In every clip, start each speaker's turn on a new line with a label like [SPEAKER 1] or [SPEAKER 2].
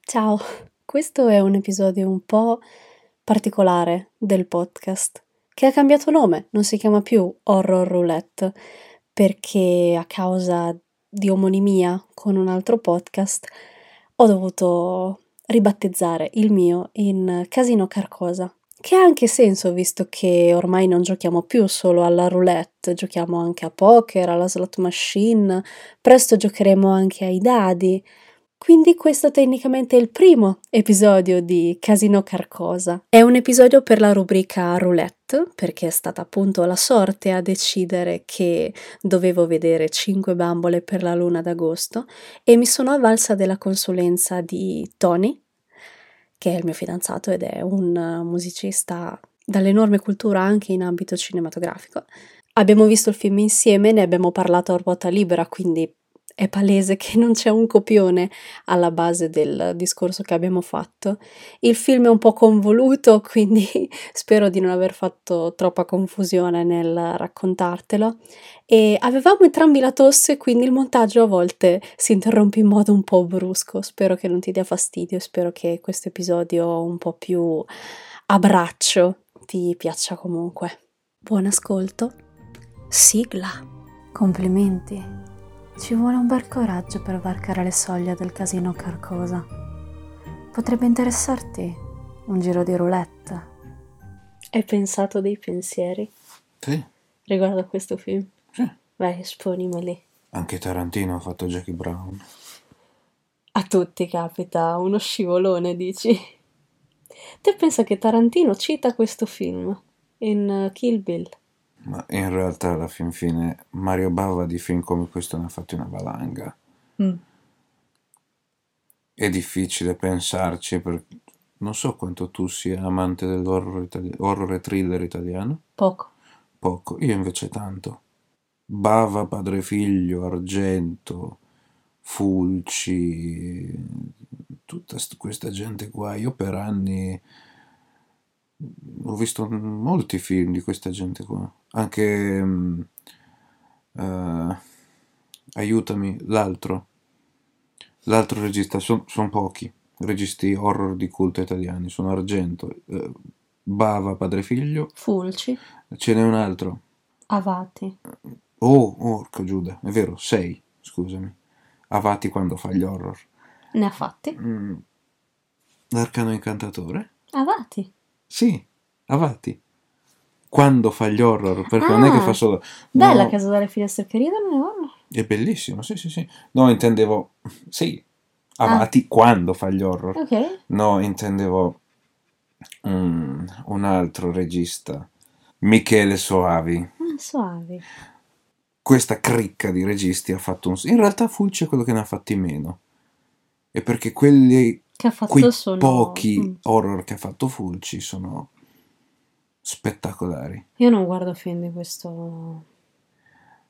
[SPEAKER 1] Ciao, questo è un episodio un po' particolare del podcast, che ha cambiato nome, non si chiama più Horror Roulette, perché a causa di omonimia con un altro podcast ho dovuto ribattezzare il mio in Casino Carcosa, che ha anche senso visto che ormai non giochiamo più solo alla roulette, giochiamo anche a poker, alla slot machine, presto giocheremo anche ai dadi. Quindi questo tecnicamente è il primo episodio di Casino Carcosa. È un episodio per la rubrica roulette, perché è stata appunto la sorte a decidere che dovevo vedere 5 bambole per la luna d'agosto e mi sono avvalsa della consulenza di Tony, che è il mio fidanzato ed è un musicista dall'enorme cultura anche in ambito cinematografico. Abbiamo visto il film insieme, ne abbiamo parlato a ruota libera, quindi è palese che non c'è un copione alla base del discorso che abbiamo fatto. Il film è un po' convoluto, quindi spero di non aver fatto troppa confusione nel raccontartelo. E avevamo entrambi la tosse, quindi il montaggio a volte si interrompe in modo un po' brusco. Spero che non ti dia fastidio, spero che questo episodio un po' più a braccio ti piaccia comunque. Buon ascolto. Sigla. Complimenti. Ci vuole un bel coraggio per varcare le soglie del casino Carcosa. Potrebbe interessarti un giro di roulette. Hai pensato dei pensieri
[SPEAKER 2] Sì,
[SPEAKER 1] riguardo a questo film?
[SPEAKER 2] sì.
[SPEAKER 1] Vai, esponimeli.
[SPEAKER 2] Anche Tarantino ha fatto Jackie Brown.
[SPEAKER 1] A tutti capita uno scivolone, dici? Te pensa che Tarantino cita questo film in eh, Kill Bill?
[SPEAKER 2] Ma in realtà alla fin fine Mario Bava di film come questo ne ha fatti una valanga. È difficile pensarci perché non so quanto tu sia amante dell'horror itali- horror e thriller italiano.
[SPEAKER 1] Poco.
[SPEAKER 2] Poco, io invece tanto. Bava, padre e figlio, Argento, Fulci, tutta st- questa gente qua. Io per anni ho visto molti film di questa gente qua. Anche, mm, eh, aiutami, l'altro, l'altro regista, sono pochi registi horror di culto italiani, sono Argento, eh, Bava, padre e figlio,
[SPEAKER 1] Fulci.
[SPEAKER 2] ce n'è un altro.
[SPEAKER 1] Avati.
[SPEAKER 2] Oh, orco Giuda, è vero, sei, scusami. Avati quando fa gli horror.
[SPEAKER 1] Ne ha fatti?
[SPEAKER 2] Mm. L'arcano incantatore?
[SPEAKER 1] Avati.
[SPEAKER 2] Sì, Avati. Quando fa gli horror, perché non è che
[SPEAKER 1] Ah,
[SPEAKER 2] fa solo...
[SPEAKER 1] Bella
[SPEAKER 2] no,
[SPEAKER 1] casa dalle finestre che ridono, ne vanno.
[SPEAKER 2] È bellissimo, sì, sì, sì. No, intendevo... Sì,
[SPEAKER 1] Ah.
[SPEAKER 2] Avati quando fa gli horror.
[SPEAKER 1] Ok.
[SPEAKER 2] No, intendevo mm, un altro regista, Michele Soavi.
[SPEAKER 1] Ah, suavi.
[SPEAKER 2] questa cricca di registi ha fatto un... In realtà Fulci è quello che ne ha fatti meno. E perché quelli,
[SPEAKER 1] Che ha fatto
[SPEAKER 2] quei
[SPEAKER 1] sono...
[SPEAKER 2] pochi
[SPEAKER 1] Mm.
[SPEAKER 2] horror che ha fatto Fulci sono spettacolari.
[SPEAKER 1] Io non guardo film di questo...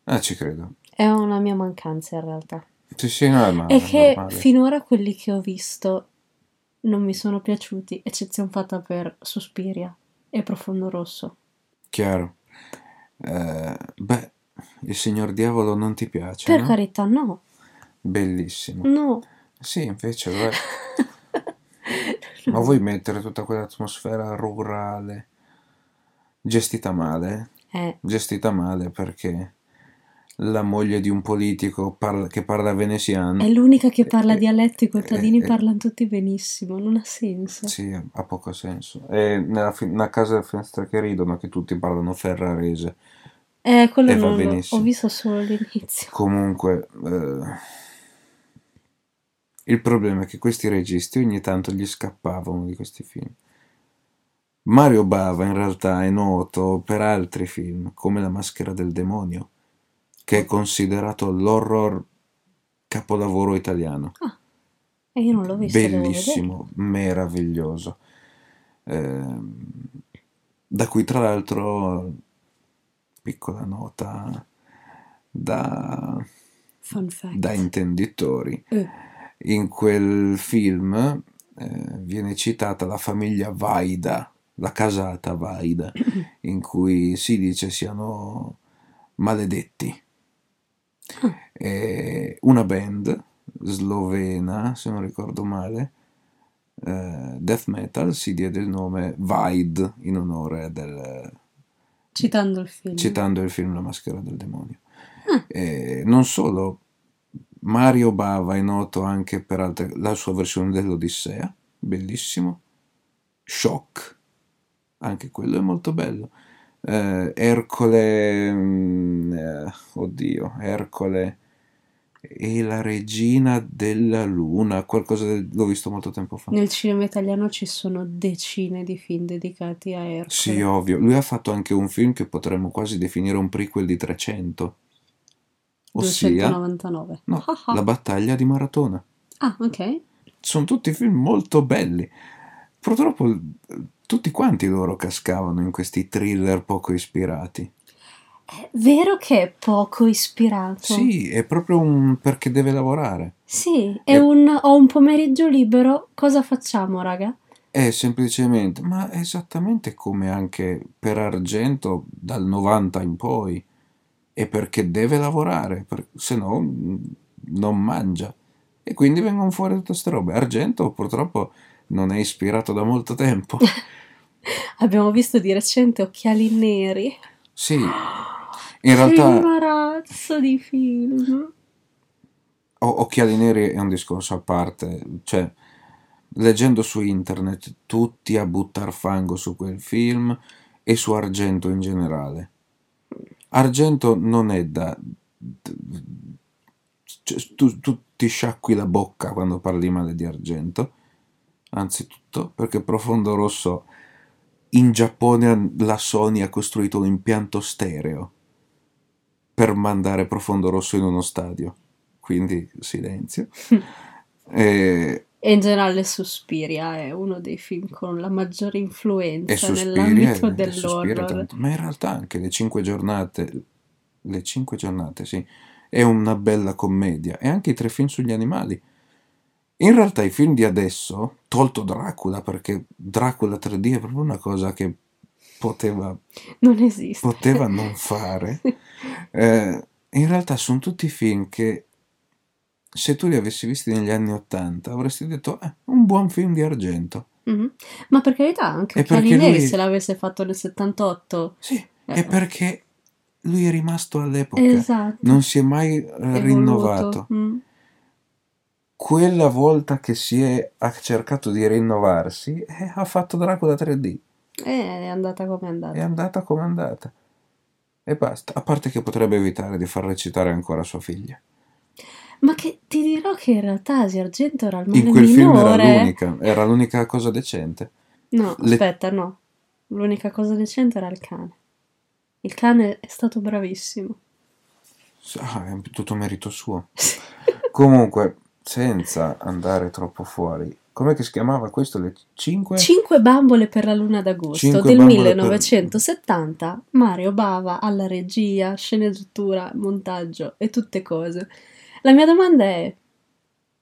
[SPEAKER 2] Ah, ci credo.
[SPEAKER 1] È una mia mancanza in realtà.
[SPEAKER 2] Sì, sì, no, ma
[SPEAKER 1] è che
[SPEAKER 2] Ah, normale.
[SPEAKER 1] finora quelli che ho visto non mi sono piaciuti, eccezione fatta per Suspiria e Profondo Rosso.
[SPEAKER 2] Chiaro. Eh, beh, il signor diavolo non ti piace,
[SPEAKER 1] per Mm.
[SPEAKER 2] no?
[SPEAKER 1] carità, no,
[SPEAKER 2] Bellissimo.
[SPEAKER 1] no.
[SPEAKER 2] Sì, invece, lo è. ma vuoi mettere tutta quell'atmosfera rurale gestita male?
[SPEAKER 1] Eh,
[SPEAKER 2] gestita male perché la moglie di un politico parla- che parla
[SPEAKER 1] è
[SPEAKER 2] veneziano
[SPEAKER 1] l'unica che parla
[SPEAKER 2] Eh,
[SPEAKER 1] dialetto, i contadini
[SPEAKER 2] eh, eh.
[SPEAKER 1] parlano tutti benissimo, non ha senso.
[SPEAKER 2] sì, ha poco senso. E nella fi- una casa delle finestre che ridono che tutti parlano ferrarese.
[SPEAKER 1] Eh, quello
[SPEAKER 2] Eh, va
[SPEAKER 1] non l'ho, ho
[SPEAKER 2] benissimo.
[SPEAKER 1] visto solo l'inizio.
[SPEAKER 2] Comunque, eh, il problema è che questi registi ogni tanto gli scappavano di questi film. Mario Bava in realtà è noto per altri film, come La maschera del demonio, che è considerato l'horror capolavoro italiano.
[SPEAKER 1] Ah, E io non l'ho visto, devo
[SPEAKER 2] bellissimo, meraviglioso. Ehm, da cui tra l'altro, piccola nota da,
[SPEAKER 1] vedere. Fun fact.
[SPEAKER 2] da intenditori,
[SPEAKER 1] Eh,
[SPEAKER 2] in quel film eh, viene citata la famiglia Vaida, la casata Vaida, in cui si dice siano maledetti. Eh,
[SPEAKER 1] Ah.
[SPEAKER 2] E una band slovena, se non ricordo male, eh, death metal si diede il nome Vaid in onore del...
[SPEAKER 1] Citando il film.
[SPEAKER 2] citando il film La maschera del demonio. E non solo, Mario Bava è noto anche per altre, la sua versione dell'Odissea, bellissimo. Shock, anche quello è molto bello. Eh, Ercole, mm, eh, oddio, Ercole e la regina della luna, qualcosa del- l'ho visto molto tempo fa.
[SPEAKER 1] Nel cinema italiano ci sono decine di film dedicati a Ercole.
[SPEAKER 2] Sì, oh, ovvio. Lui ha fatto anche un film che potremmo quasi definire un prequel di 300. Ossia,
[SPEAKER 1] 299.
[SPEAKER 2] no, La battaglia di Maratona.
[SPEAKER 1] Ah, ok.
[SPEAKER 2] Sono tutti film molto belli. Purtroppo eh, tutti quanti loro cascavano in questi thriller poco ispirati.
[SPEAKER 1] È vero che è poco ispirato.
[SPEAKER 2] Sì, è proprio un perché deve lavorare.
[SPEAKER 1] Sì, è
[SPEAKER 2] Eh.
[SPEAKER 1] un ho un pomeriggio libero, cosa facciamo, raga?
[SPEAKER 2] È Eh, semplicemente, ma è esattamente come anche per Argento dal 90 in poi, è perché deve lavorare, per- se no mh, non mangia. E quindi vengono fuori tutte queste robe. Argento purtroppo non è ispirato da molto tempo.
[SPEAKER 1] Abbiamo visto di recente Occhiali Neri.
[SPEAKER 2] Sì, in realtà
[SPEAKER 1] Che razza di film.
[SPEAKER 2] o- Occhiali Neri è un discorso a parte, cioè leggendo su internet tutti a buttar fango su quel film e su Argento in generale. Argento non è da... cioè, tu, tu ti sciacqui la bocca quando parli male di Argento, anzitutto perché Profondo Rosso in Giappone la Sony ha costruito un impianto stereo per mandare Profondo Rosso in uno stadio, quindi silenzio. E,
[SPEAKER 1] E in generale Suspiria è uno dei film con la maggiore influenza
[SPEAKER 2] e Suspiria,
[SPEAKER 1] nell'ambito
[SPEAKER 2] e Suspiria
[SPEAKER 1] dell'horror.
[SPEAKER 2] tanto. ma in realtà anche le cinque giornate, le cinque giornate, sì, è una bella commedia, e anche i tre film sugli animali. In realtà i film di adesso, tolto Dracula, perché Dracula 3D è proprio una cosa che poteva,
[SPEAKER 1] Non esiste.
[SPEAKER 2] poteva non fare, eh, in realtà sono tutti film che se tu li avessi visti negli anni 80 avresti detto, eh, un buon film di Argento.
[SPEAKER 1] Mhm. Ma per carità, anche
[SPEAKER 2] E
[SPEAKER 1] Occhiali
[SPEAKER 2] perché
[SPEAKER 1] Neri
[SPEAKER 2] lui-
[SPEAKER 1] se l'avesse fatto nel 78.
[SPEAKER 2] Sì,
[SPEAKER 1] Eh.
[SPEAKER 2] è perché lui è rimasto all'epoca,
[SPEAKER 1] Esatto.
[SPEAKER 2] non si è mai eh,
[SPEAKER 1] Evoluto.
[SPEAKER 2] rinnovato.
[SPEAKER 1] Mm.
[SPEAKER 2] Quella volta che si è ha cercato di rinnovarsi, eh, ha fatto Dracula 3D,
[SPEAKER 1] Eh, è andata come è andata.
[SPEAKER 2] è andata come è andata. E basta, a parte che potrebbe evitare di far recitare ancora sua figlia.
[SPEAKER 1] Ma che ti dirò che in realtà Asia Argento era il male
[SPEAKER 2] In quel film era
[SPEAKER 1] minore.
[SPEAKER 2] l'unica, era l'unica cosa decente.
[SPEAKER 1] No,
[SPEAKER 2] Le-
[SPEAKER 1] aspetta, no. L'unica cosa decente era il cane. Il cane è stato bravissimo.
[SPEAKER 2] Ah, è tutto merito suo. Comunque, senza andare troppo fuori, com'è che si chiamava questo? Le 5?
[SPEAKER 1] Cinque bambole per la luna d'agosto
[SPEAKER 2] Eh. Cinque
[SPEAKER 1] del
[SPEAKER 2] bambole per-
[SPEAKER 1] 1970, Mario Bava alla regia, sceneggiatura, montaggio e tutte cose. La mia domanda è: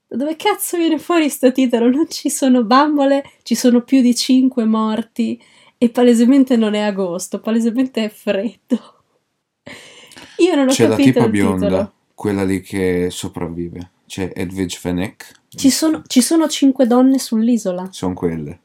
[SPEAKER 1] da dove cazzo viene fuori sto titolo? Non ci sono bambole, ci sono più di cinque morti e palesemente non è agosto, palesemente è freddo. Io non ho
[SPEAKER 2] C'è la
[SPEAKER 1] capito
[SPEAKER 2] tipa
[SPEAKER 1] il
[SPEAKER 2] bionda,
[SPEAKER 1] titolo.
[SPEAKER 2] quella lì che sopravvive. C'è Edwidge Fenech.
[SPEAKER 1] Ci sono, ci sono cinque donne sull'isola.
[SPEAKER 2] Sono quelle.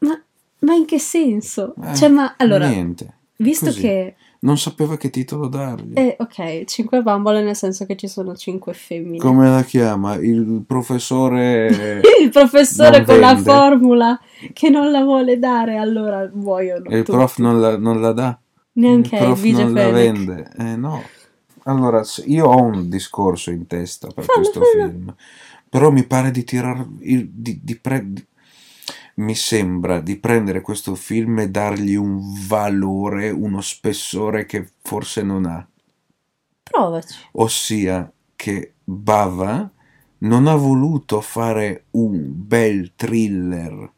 [SPEAKER 1] Ma in che senso?
[SPEAKER 2] Eh,
[SPEAKER 1] Cioè, ma allora,
[SPEAKER 2] Niente.
[SPEAKER 1] visto
[SPEAKER 2] così.
[SPEAKER 1] che
[SPEAKER 2] Non sapeva che titolo dargli.
[SPEAKER 1] Eh, ok, cinque bambole nel senso che ci sono cinque femmine.
[SPEAKER 2] Come la chiama? Il professore...
[SPEAKER 1] Il professore
[SPEAKER 2] Non
[SPEAKER 1] con la
[SPEAKER 2] vende.
[SPEAKER 1] formula che non la vuole dare, allora muoiono
[SPEAKER 2] e il
[SPEAKER 1] tutti.
[SPEAKER 2] prof non la, non la dà.
[SPEAKER 1] Neanche
[SPEAKER 2] il prof
[SPEAKER 1] Edwige
[SPEAKER 2] non la
[SPEAKER 1] Fenech.
[SPEAKER 2] vende. Eh no. Allora, s- io ho un discorso in testa per
[SPEAKER 1] Fallo,
[SPEAKER 2] questo
[SPEAKER 1] fallo.
[SPEAKER 2] film. Però mi pare di tirar... il- di- di pre- di- mi sembra di prendere questo film e dargli un valore, uno spessore che forse non ha.
[SPEAKER 1] Provaci.
[SPEAKER 2] ossia che Bava non ha voluto fare un bel thriller.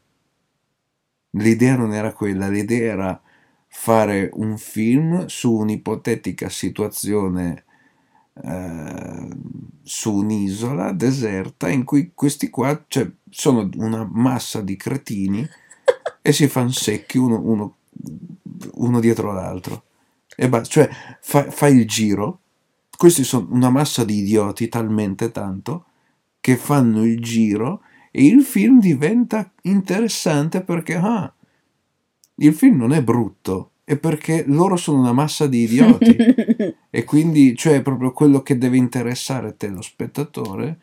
[SPEAKER 2] L'idea non era quella, l'idea era fare un film su un'ipotetica situazione eh, su un'isola deserta in cui questi qua cioè, sono una massa di cretini e si fanno secchi uno, uno- uno dietro l'altro. E basta, cioè fa- fai il giro, questi sono una massa di idioti talmente tanto che fanno il giro e il film diventa interessante perché ah, il film non è brutto, è perché loro sono una massa di idioti e quindi cioè proprio quello che deve interessare te lo spettatore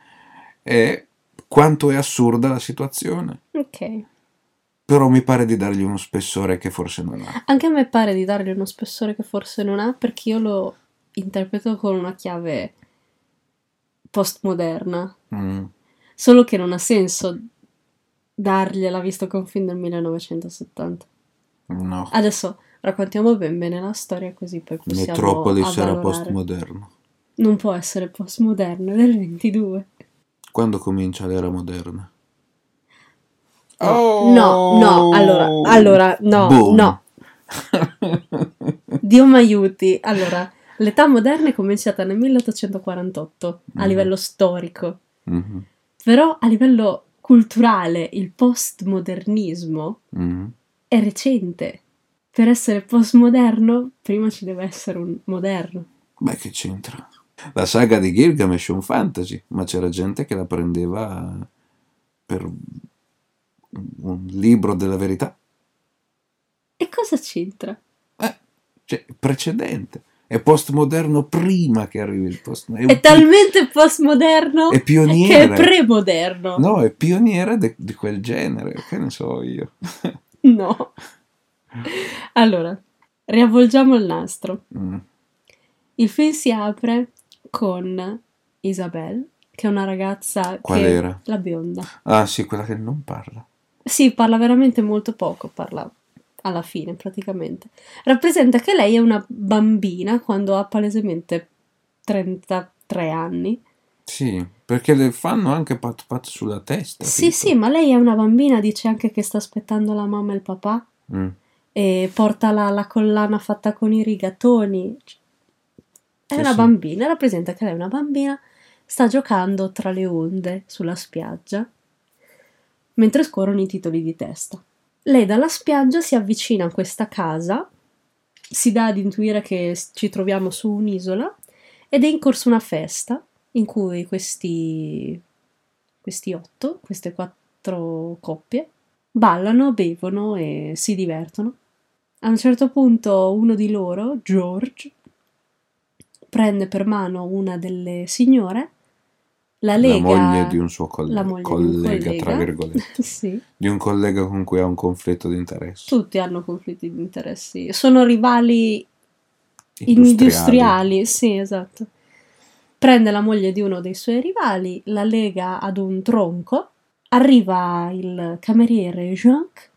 [SPEAKER 2] è quanto è assurda la situazione.
[SPEAKER 1] Ok.
[SPEAKER 2] Però mi pare di dargli uno spessore che forse non ha.
[SPEAKER 1] Anche a me pare di dargli uno spessore che forse non ha perché io lo interpreto con una chiave postmoderna.
[SPEAKER 2] Mm.
[SPEAKER 1] Solo che non ha senso dargliela visto che è un film del 1970.
[SPEAKER 2] No,
[SPEAKER 1] Adesso raccontiamo ben bene la storia così poi possiamo
[SPEAKER 2] Metropoli sarà
[SPEAKER 1] avvalorare.
[SPEAKER 2] postmoderno.
[SPEAKER 1] Non può essere postmoderno, è del 22.
[SPEAKER 2] Quando comincia l'era moderna?
[SPEAKER 1] Eh,
[SPEAKER 2] Oh!
[SPEAKER 1] No, no, allora, allora, no,
[SPEAKER 2] Boom.
[SPEAKER 1] no. Dio mi aiuti. Allora, l'età moderna è cominciata nel 1848 a
[SPEAKER 2] Mhm.
[SPEAKER 1] livello storico,
[SPEAKER 2] Mhm,
[SPEAKER 1] però a livello culturale il postmodernismo
[SPEAKER 2] mhm.
[SPEAKER 1] è recente. Per essere postmoderno, prima ci deve essere un moderno.
[SPEAKER 2] Beh, che c'entra? La saga di Gilgamesh è un fantasy, ma c'era gente che la prendeva per un libro della verità.
[SPEAKER 1] E cosa c'entra?
[SPEAKER 2] Eh, cioè, precedente. È postmoderno prima che arrivi il postmoderno.
[SPEAKER 1] È talmente postmoderno
[SPEAKER 2] è
[SPEAKER 1] che è
[SPEAKER 2] pioniere.
[SPEAKER 1] premoderno.
[SPEAKER 2] No, è pioniere de- di quel genere, che ne so io.
[SPEAKER 1] No. Allora, riavvolgiamo il nastro.
[SPEAKER 2] Mm.
[SPEAKER 1] Il film si apre con Isabel, che è una ragazza
[SPEAKER 2] Qual
[SPEAKER 1] che...
[SPEAKER 2] era?
[SPEAKER 1] La bionda.
[SPEAKER 2] Ah, sì, quella che non parla.
[SPEAKER 1] Sì, parla veramente molto poco, parla alla fine praticamente. Rappresenta che lei è una bambina quando ha palesemente 33 anni.
[SPEAKER 2] Sì, perché le fanno anche pat pat sulla testa.
[SPEAKER 1] Sì,
[SPEAKER 2] tipo.
[SPEAKER 1] sì, ma lei è una bambina, dice anche che sta aspettando la mamma e il papà
[SPEAKER 2] Mm.
[SPEAKER 1] e porta la, la collana fatta con i rigatoni. È
[SPEAKER 2] Sì,
[SPEAKER 1] una
[SPEAKER 2] sì.
[SPEAKER 1] bambina, rappresenta che lei è una bambina, sta giocando tra le onde sulla spiaggia mentre scorrono i titoli di testa. Lei dalla spiaggia si avvicina a questa casa, si dà ad intuire che s- ci troviamo su un'isola ed è in corso una festa in cui questi, questi otto, queste quattro coppie, ballano, bevono e si divertono. A un certo punto uno di loro, George, prende per mano una delle signore, la
[SPEAKER 2] La
[SPEAKER 1] lega...
[SPEAKER 2] moglie di un suo coll-
[SPEAKER 1] la moglie di un
[SPEAKER 2] collega, tra
[SPEAKER 1] collega.
[SPEAKER 2] virgolette.
[SPEAKER 1] Sì.
[SPEAKER 2] Di un collega con cui ha un conflitto di interessi.
[SPEAKER 1] Tutti hanno conflitti di interessi, sono rivali industriali. sì, esatto. Prende la moglie di uno dei suoi rivali, la lega ad un tronco, arriva il cameriere Jacques,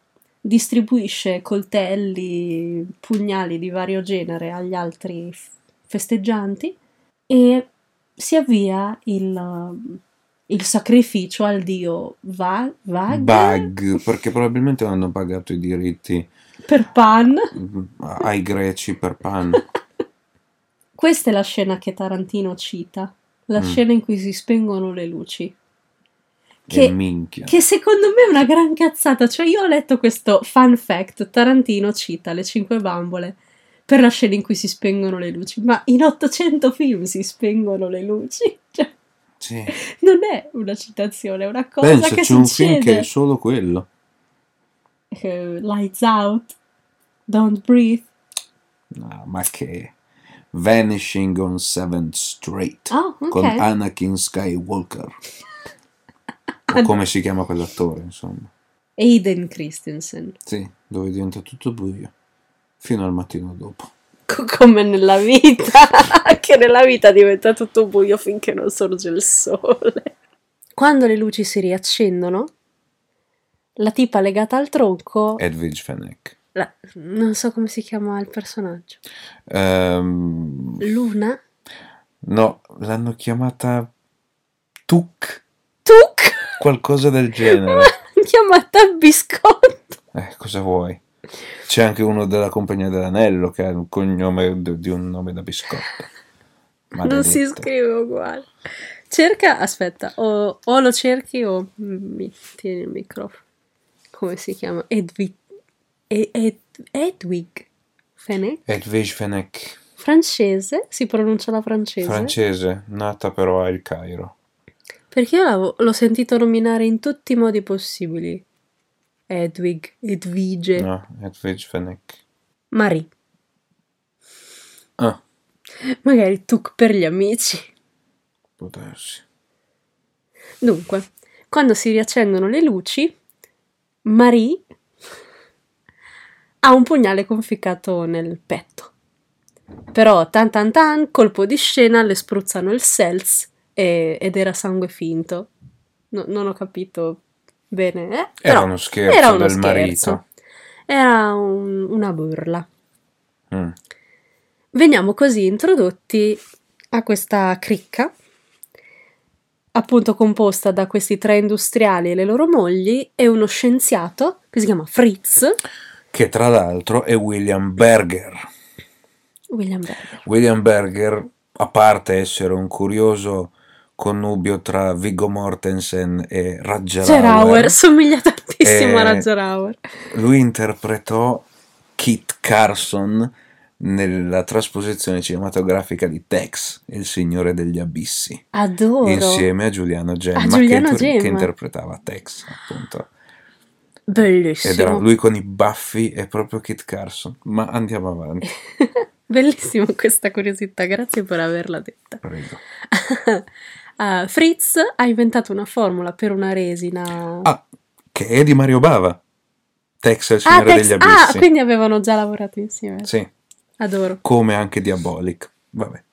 [SPEAKER 1] distribuisce coltelli, pugnali di vario genere agli altri f- festeggianti e si avvia il, il sacrificio al dio Va- Vag,
[SPEAKER 2] Bug, perché probabilmente non hanno pagato i diritti
[SPEAKER 1] per Pan.
[SPEAKER 2] mm, ai greci per pan.
[SPEAKER 1] Questa è la scena che Tarantino cita, la
[SPEAKER 2] Mm.
[SPEAKER 1] scena in cui si spengono le luci.
[SPEAKER 2] e
[SPEAKER 1] Che,
[SPEAKER 2] minchia.
[SPEAKER 1] che secondo me è una gran cazzata. Cioè, io ho letto questo fun fact: Tarantino cita le cinque bambole per la scena in cui si spengono le luci. Ma in 800 film si spengono le luci. Cioè,
[SPEAKER 2] Sì.
[SPEAKER 1] non è una citazione, è una cosa
[SPEAKER 2] Pensa,
[SPEAKER 1] che
[SPEAKER 2] c'è un film che
[SPEAKER 1] succede.
[SPEAKER 2] è solo quello.
[SPEAKER 1] Eh, Lights out, don't breathe.
[SPEAKER 2] No, ma che... Vanishing on 7th Street.
[SPEAKER 1] Ah, ok.
[SPEAKER 2] Con Anakin Skywalker. O come si chiama quell'attore, insomma.
[SPEAKER 1] Aiden Christensen,
[SPEAKER 2] Sì, dove diventa tutto buio. Fino al mattino dopo.
[SPEAKER 1] Co- come nella vita, anche nella vita diventa tutto buio finché non sorge il sole. Quando le luci si riaccendono, la tipa legata al tronco,
[SPEAKER 2] Edwidge Fenech.
[SPEAKER 1] la- non so come si chiama il personaggio,
[SPEAKER 2] Ehm,
[SPEAKER 1] Luna,
[SPEAKER 2] no, l'hanno chiamata Tuk,
[SPEAKER 1] Tuk,
[SPEAKER 2] qualcosa del genere.
[SPEAKER 1] chiamata Biscotto.
[SPEAKER 2] Eh, cosa vuoi? C'è anche uno della Compagnia dell'Anello che ha un cognome d- di un nome da biscotto.
[SPEAKER 1] Non si
[SPEAKER 2] Maledetto.
[SPEAKER 1] scrive uguale. Cerca, aspetta, o, o lo cerchi o mi tieni il microfono. Come si chiama? Edwig. Ed, Ed, Edwig Fenech.
[SPEAKER 2] Edwige Fenech,
[SPEAKER 1] Francese, si pronuncia la francese.
[SPEAKER 2] francese, nata però a El Cairo.
[SPEAKER 1] Perché io l'avevo- l'ho sentito nominare in tutti i modi possibili. Edwig, Edvige,
[SPEAKER 2] No, Edwidge Fennec.
[SPEAKER 1] Marie.
[SPEAKER 2] Ah,
[SPEAKER 1] Magari Tuc per gli amici.
[SPEAKER 2] può darsi.
[SPEAKER 1] Dunque, quando si riaccendono le luci, Marie ha un pugnale conficcato nel petto. Però, tan tan tan, colpo di scena, le spruzzano il seltz e- ed era sangue finto. No- non ho capito bene, eh?
[SPEAKER 2] Era
[SPEAKER 1] però
[SPEAKER 2] uno scherzo
[SPEAKER 1] era uno
[SPEAKER 2] del
[SPEAKER 1] scherzo. Era un- una burla.
[SPEAKER 2] marito. Mm.
[SPEAKER 1] Veniamo così introdotti a questa cricca, appunto composta da questi tre industriali e le loro mogli e uno scienziato che si chiama Fritz
[SPEAKER 2] Che tra l'altro è William Berger.
[SPEAKER 1] William Berger.
[SPEAKER 2] William Berger, a parte essere un curioso connubio tra Viggo Mortensen e Raggiarauer,
[SPEAKER 1] Gerauer, somiglia tantissimo
[SPEAKER 2] Eh,
[SPEAKER 1] a Raggerauer.
[SPEAKER 2] lui interpretò Kit Carson nella trasposizione cinematografica di Tex, il signore degli abissi.
[SPEAKER 1] Adoro.
[SPEAKER 2] insieme a Giuliano Gemma,
[SPEAKER 1] A Ah, Giuliano
[SPEAKER 2] che, che
[SPEAKER 1] Gemma.
[SPEAKER 2] interpretava Tex, appunto. Ed era
[SPEAKER 1] Bellissimo.
[SPEAKER 2] lui con i baffi e proprio Kit Carson. Ma andiamo avanti,
[SPEAKER 1] Bellissimo questa curiosità, grazie per averla detta.
[SPEAKER 2] prego.
[SPEAKER 1] Ah, Fritz ha inventato una formula per una resina.
[SPEAKER 2] Ah, che è di Mario Bava. Tex è il
[SPEAKER 1] Ah,
[SPEAKER 2] signore
[SPEAKER 1] Tex-
[SPEAKER 2] degli
[SPEAKER 1] ah,
[SPEAKER 2] abissi.
[SPEAKER 1] quindi avevano già lavorato insieme.
[SPEAKER 2] Sì,
[SPEAKER 1] Adoro.
[SPEAKER 2] come anche Diabolic. Vabbè.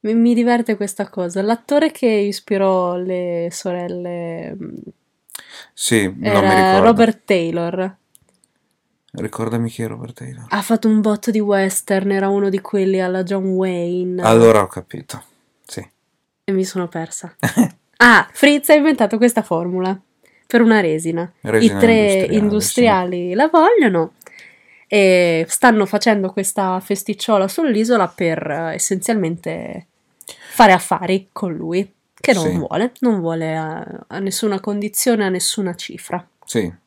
[SPEAKER 1] Mi, mi diverte questa cosa. L'attore che ispirò le sorelle mh,
[SPEAKER 2] Sì, non mi
[SPEAKER 1] era
[SPEAKER 2] ricordo.
[SPEAKER 1] Robert Taylor.
[SPEAKER 2] Ricordami chi è Robert Taylor.
[SPEAKER 1] Ha fatto un botto di western, era uno di quelli alla John Wayne.
[SPEAKER 2] Allora ho capito. Sì.
[SPEAKER 1] E mi sono persa. ah, Fritz ha inventato questa formula per una resina.
[SPEAKER 2] Resina
[SPEAKER 1] I tre
[SPEAKER 2] industriale,
[SPEAKER 1] industriali, la vogliono e stanno facendo questa festicciola sull'isola per eh, essenzialmente fare affari con lui, che non
[SPEAKER 2] Sì.
[SPEAKER 1] vuole, non vuole a, a nessuna condizione, a nessuna cifra.
[SPEAKER 2] Sì. Sì.